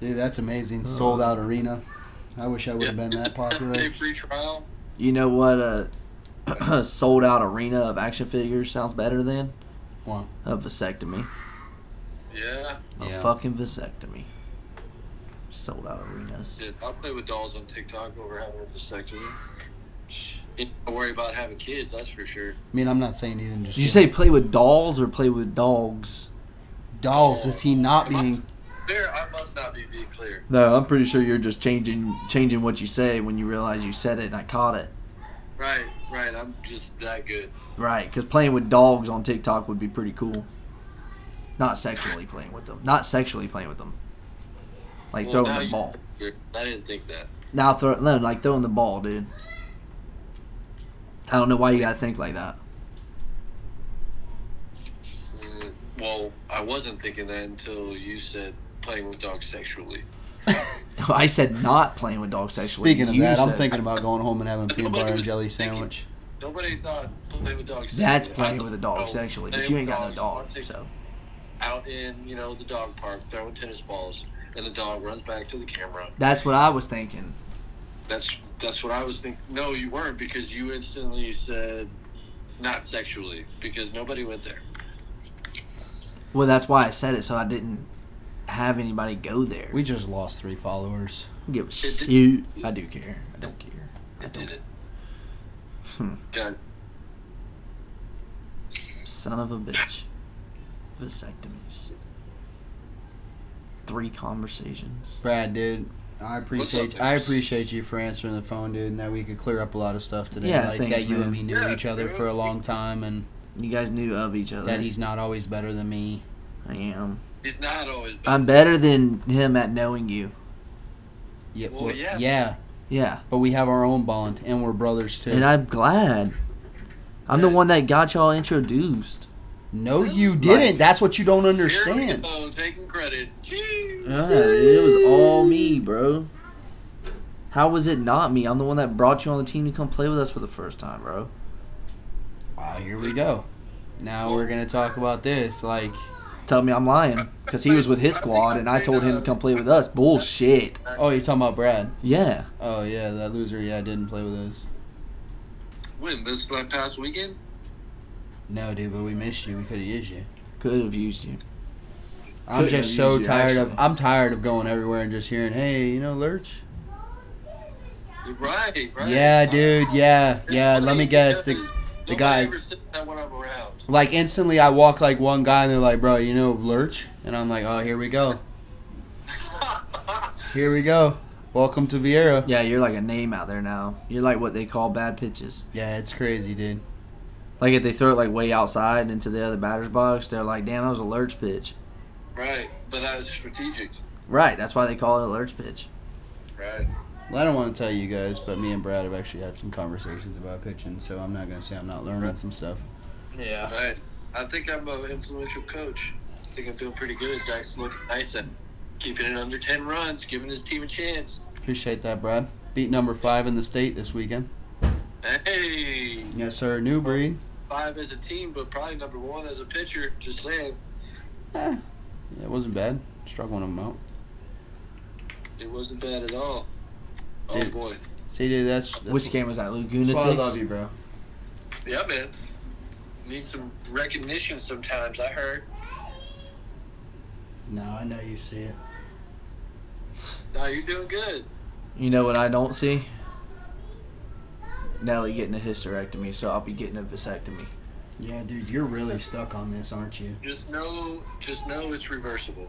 Speaker 2: Dude, that's
Speaker 1: Uh-huh.
Speaker 2: amazing. Sold out arena. I wish I would have been that
Speaker 3: Day
Speaker 2: popular.
Speaker 3: free trial.
Speaker 1: You know what? A sold out arena of action figures sounds better than
Speaker 2: Wow.
Speaker 1: a vasectomy.
Speaker 3: Yeah.
Speaker 1: A
Speaker 2: Yeah.
Speaker 1: fucking vasectomy. Sold out arenas.
Speaker 3: Shit. I'll play with dolls on TikTok over having a vasectomy.
Speaker 2: Shh.
Speaker 3: Don't worry about having kids, that's for sure.
Speaker 2: I mean, I'm not saying even just.
Speaker 1: Did you say play with dolls or play with dogs?
Speaker 2: dolls? Is he not being?
Speaker 3: There, I must not be being clear.
Speaker 1: No, I'm pretty sure you're just changing changing what you say when you realize you said it and I caught it.
Speaker 3: Right, right. I'm just that good.
Speaker 1: Right, because playing with dogs on TikTok would be pretty cool. Not sexually playing with them. Not sexually playing with them. Like
Speaker 3: Well,
Speaker 1: throwing
Speaker 3: now
Speaker 1: the
Speaker 3: you-
Speaker 1: ball.
Speaker 3: you're- I didn't think that.
Speaker 1: Now throw no, like throwing the ball, dude. I don't know why you gotta think like that.
Speaker 3: Mm, well, I wasn't thinking that until you said playing with dogs sexually.
Speaker 1: I said not playing with dogs sexually.
Speaker 2: Speaking of
Speaker 1: You
Speaker 2: that, I'm
Speaker 1: said-
Speaker 2: thinking about going home and having a peanut
Speaker 3: Nobody
Speaker 2: butter and
Speaker 3: was
Speaker 2: jelly
Speaker 3: thinking-
Speaker 2: sandwich.
Speaker 3: Nobody thought play with dogs.
Speaker 1: That's
Speaker 3: I
Speaker 1: playing
Speaker 3: thought,
Speaker 1: with a dog
Speaker 3: no,
Speaker 1: sexually,
Speaker 3: play
Speaker 1: but you
Speaker 3: with
Speaker 1: ain't got no dog.
Speaker 3: dogs. I'll take
Speaker 1: So
Speaker 3: Out in you know the dog park, throwing tennis balls, and the dog runs back to the camera.
Speaker 1: that's what I was thinking.
Speaker 3: That's that's what I was thinking. No, you weren't because you instantly said not sexually because nobody went there.
Speaker 1: Well, that's why I said it, so I didn't have anybody go there.
Speaker 2: We just lost three followers.
Speaker 1: give a
Speaker 3: did-
Speaker 1: shoot. I do care. I don't care. I
Speaker 3: It did
Speaker 1: don't.
Speaker 3: it.
Speaker 1: Hmm.
Speaker 3: God,
Speaker 1: Son of a bitch. Vasectomies. Three conversations.
Speaker 2: Brad, dude, I appreciate
Speaker 3: dude?
Speaker 2: I appreciate you for answering the phone, dude, and that we could clear up a lot of stuff today.
Speaker 1: Yeah,
Speaker 2: like
Speaker 1: thanks,
Speaker 2: that you
Speaker 1: man.
Speaker 2: and me knew
Speaker 3: Yeah,
Speaker 2: each other
Speaker 3: dude.
Speaker 2: for a long time, and
Speaker 1: You guys knew of each other.
Speaker 2: that he's not always better than me.
Speaker 1: I am.
Speaker 3: he's not always.
Speaker 1: I'm better than him at knowing you.
Speaker 2: Yeah,
Speaker 3: Well, yeah.
Speaker 2: yeah,
Speaker 1: Yeah,
Speaker 2: but we have our own bond, and we're brothers too.
Speaker 1: and I'm glad. I'm the
Speaker 3: Yeah.
Speaker 1: one that got y'all introduced.
Speaker 2: no, you didn't.
Speaker 1: Like-
Speaker 2: That's what you don't
Speaker 3: Here we
Speaker 2: understand.
Speaker 3: go, taking credit. Gee.
Speaker 1: it was all me, bro. How was it not me? I'm the one that brought you on the team to come play with us for the first time, bro.
Speaker 2: Wow, here we go. Now we're gonna talk about this. Like,
Speaker 1: Tell me I'm lying because he was with his squad and I told him to come play with us. Bullshit.
Speaker 2: oh, you're talking about Brad?
Speaker 1: Yeah.
Speaker 2: Oh yeah, that loser. Yeah, didn't play with us.
Speaker 3: When this like, past weekend?
Speaker 2: No, dude, but we missed you. We could have used you.
Speaker 1: Could have used you.
Speaker 2: I'm
Speaker 1: Couldn't have
Speaker 2: just so
Speaker 1: used you,
Speaker 2: tired of.
Speaker 1: actually.
Speaker 2: I'm tired of going everywhere and just hearing, "Hey, you know, Lurch."
Speaker 3: Right, right.
Speaker 2: Yeah, dude. Yeah, yeah.
Speaker 3: Nobody
Speaker 2: Let me guess. The
Speaker 3: ever-
Speaker 2: the
Speaker 3: nobody
Speaker 2: guy.
Speaker 3: ever said that when I'm around.
Speaker 2: Like instantly, I walk like one guy, and they're like, "Bro, you know Lurch?" And I'm like, "Oh, here we go. Here we go. Welcome to Vieira."
Speaker 1: Yeah, you're like a name out there now. You're like what they call bad pitches.
Speaker 2: Yeah, it's crazy, dude.
Speaker 1: Like if they throw it like way outside into the other batter's box, they're like, damn, that was a lurch pitch.
Speaker 3: right, but that was strategic.
Speaker 1: Right. That's why they call it a lurch pitch.
Speaker 3: Right.
Speaker 2: Well, I don't want to tell you guys, but me and Brad have actually had some conversations about pitching, so I'm not gonna say I'm not learning some stuff.
Speaker 1: Yeah.
Speaker 3: Right. I think I'm an influential coach. I think I'm doing pretty good. Zach's looking nice and keeping it under 10 runs, giving his team a chance.
Speaker 2: Appreciate that, Brad. Beat number five in the state this weekend.
Speaker 3: Hey,
Speaker 2: Yes, sir. New breed.
Speaker 3: five as a team, but probably number one as a pitcher. Just saying,
Speaker 2: Yeah, it wasn't bad. Struggling them out.
Speaker 3: it wasn't bad at all. Oh,
Speaker 2: Dude.
Speaker 3: boy.
Speaker 2: See, dude, that's, that's
Speaker 1: Which game was that?
Speaker 2: That's
Speaker 1: Laguna
Speaker 2: why I love you, bro.
Speaker 3: Yeah, man. Need some recognition sometimes, I heard.
Speaker 2: No, I know you see it.
Speaker 3: No, you're doing good.
Speaker 1: You know what I don't see? Nelly getting a hysterectomy, so I'll be getting a vasectomy.
Speaker 2: Yeah, dude, you're really stuck on this, aren't you?
Speaker 3: Just know, just know it's reversible.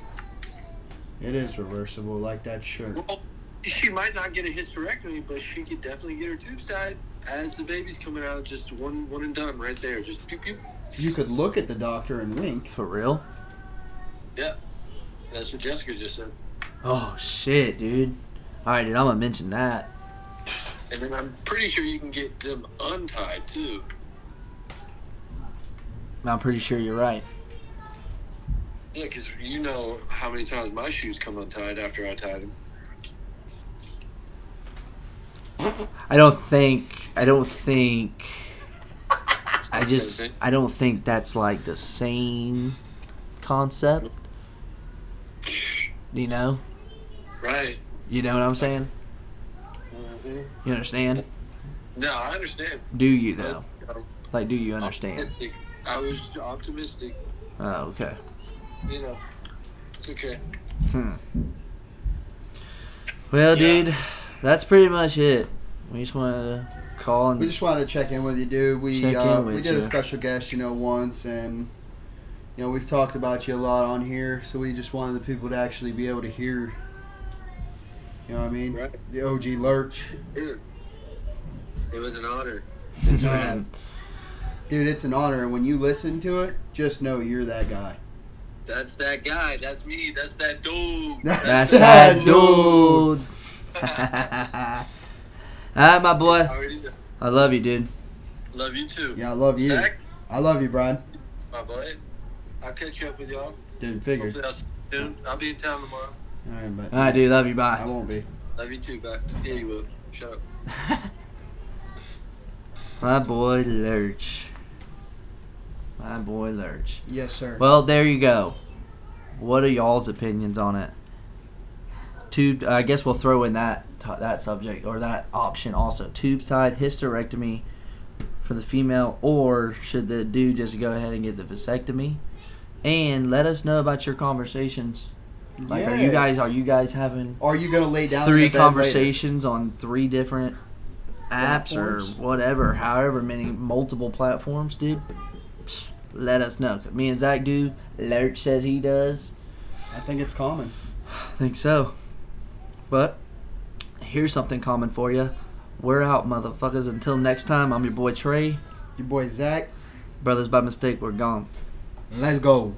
Speaker 2: It is reversible, like that shirt.
Speaker 3: Well, she might not get a hysterectomy, but she could definitely get her tubes tied as the baby's coming out. Just one, one and done, right there. Just pew pew.
Speaker 2: You could look at the doctor and wink.
Speaker 1: For real?
Speaker 3: Yeah, that's what Jessica just said.
Speaker 1: Oh shit, dude. Alright, dude, I'm gonna mention that.
Speaker 3: And then I'm pretty sure you can get them untied too.
Speaker 1: I'm pretty sure you're right.
Speaker 3: Yeah, because you know how many times my shoes come untied after I tied them.
Speaker 1: I don't think. I don't think. I just. I don't think that's like the same concept. You know.
Speaker 3: Right.
Speaker 1: You know what I'm saying.
Speaker 3: Mm-hmm.
Speaker 1: You understand?
Speaker 3: No, I understand.
Speaker 1: Do you though?
Speaker 3: I'm
Speaker 1: Like, do you understand?
Speaker 3: Optimistic. I was optimistic.
Speaker 1: Oh, okay.
Speaker 3: You know, it's okay.
Speaker 1: Hmm. Well,
Speaker 3: Yeah.
Speaker 1: dude, that's pretty much it. We just wanted to call
Speaker 2: We
Speaker 1: and
Speaker 2: just wanted to check in with you, dude. We
Speaker 1: Check
Speaker 2: uh,
Speaker 1: in with
Speaker 2: we did a
Speaker 1: you.
Speaker 2: special guest, you know, once, and you know we've talked about you a lot on here. So we just wanted the people to actually be able to hear. You know what I mean?
Speaker 3: Right.
Speaker 2: The OG Lurch,
Speaker 3: Dude, it was an honor.
Speaker 2: Um, dude. It's an honor. When you listen to it, just know you're that guy.
Speaker 3: That's that guy. That's me. That's that dude.
Speaker 1: that's that, dude. All right, my boy.
Speaker 3: I already know.
Speaker 1: I love you, dude.
Speaker 3: Love you too.
Speaker 2: Yeah, I love you.
Speaker 3: Zach,
Speaker 2: I love you, Brian.
Speaker 3: my boy. I'll catch you up with y'all.
Speaker 2: Dude, figured.
Speaker 3: Hopefully I'll see you soon. I'll be in town tomorrow.
Speaker 2: All right, but
Speaker 1: All right, dude. Love you.
Speaker 2: I
Speaker 1: Bye.
Speaker 2: won't be.
Speaker 3: Love you too, back. Yeah, you will. Shut up.
Speaker 1: My boy Lurch. My boy Lurch.
Speaker 2: Yes, sir.
Speaker 1: Well, there you go. What are y'all's opinions on it? Tube. I guess we'll throw in that t- that subject or that option also. Tube side hysterectomy for the female, or should the dude just go ahead and get the vasectomy? And let us know about your conversations. Like, are you guys
Speaker 2: Yes.
Speaker 1: are you guys having
Speaker 2: Are you gonna lay down in
Speaker 1: three
Speaker 2: the bed later?
Speaker 1: conversations on three different apps or
Speaker 2: Platforms?
Speaker 1: whatever, however many multiple platforms, dude. Let us know. Me and Zach do. Lurch says he does.
Speaker 2: I think it's common.
Speaker 1: I think so. But here's something common for you. We're out, motherfuckers. Until next time, I'm your boy Trey.
Speaker 2: Your boy Zach.
Speaker 1: Brothers by mistake, we're gone.
Speaker 2: Let's go.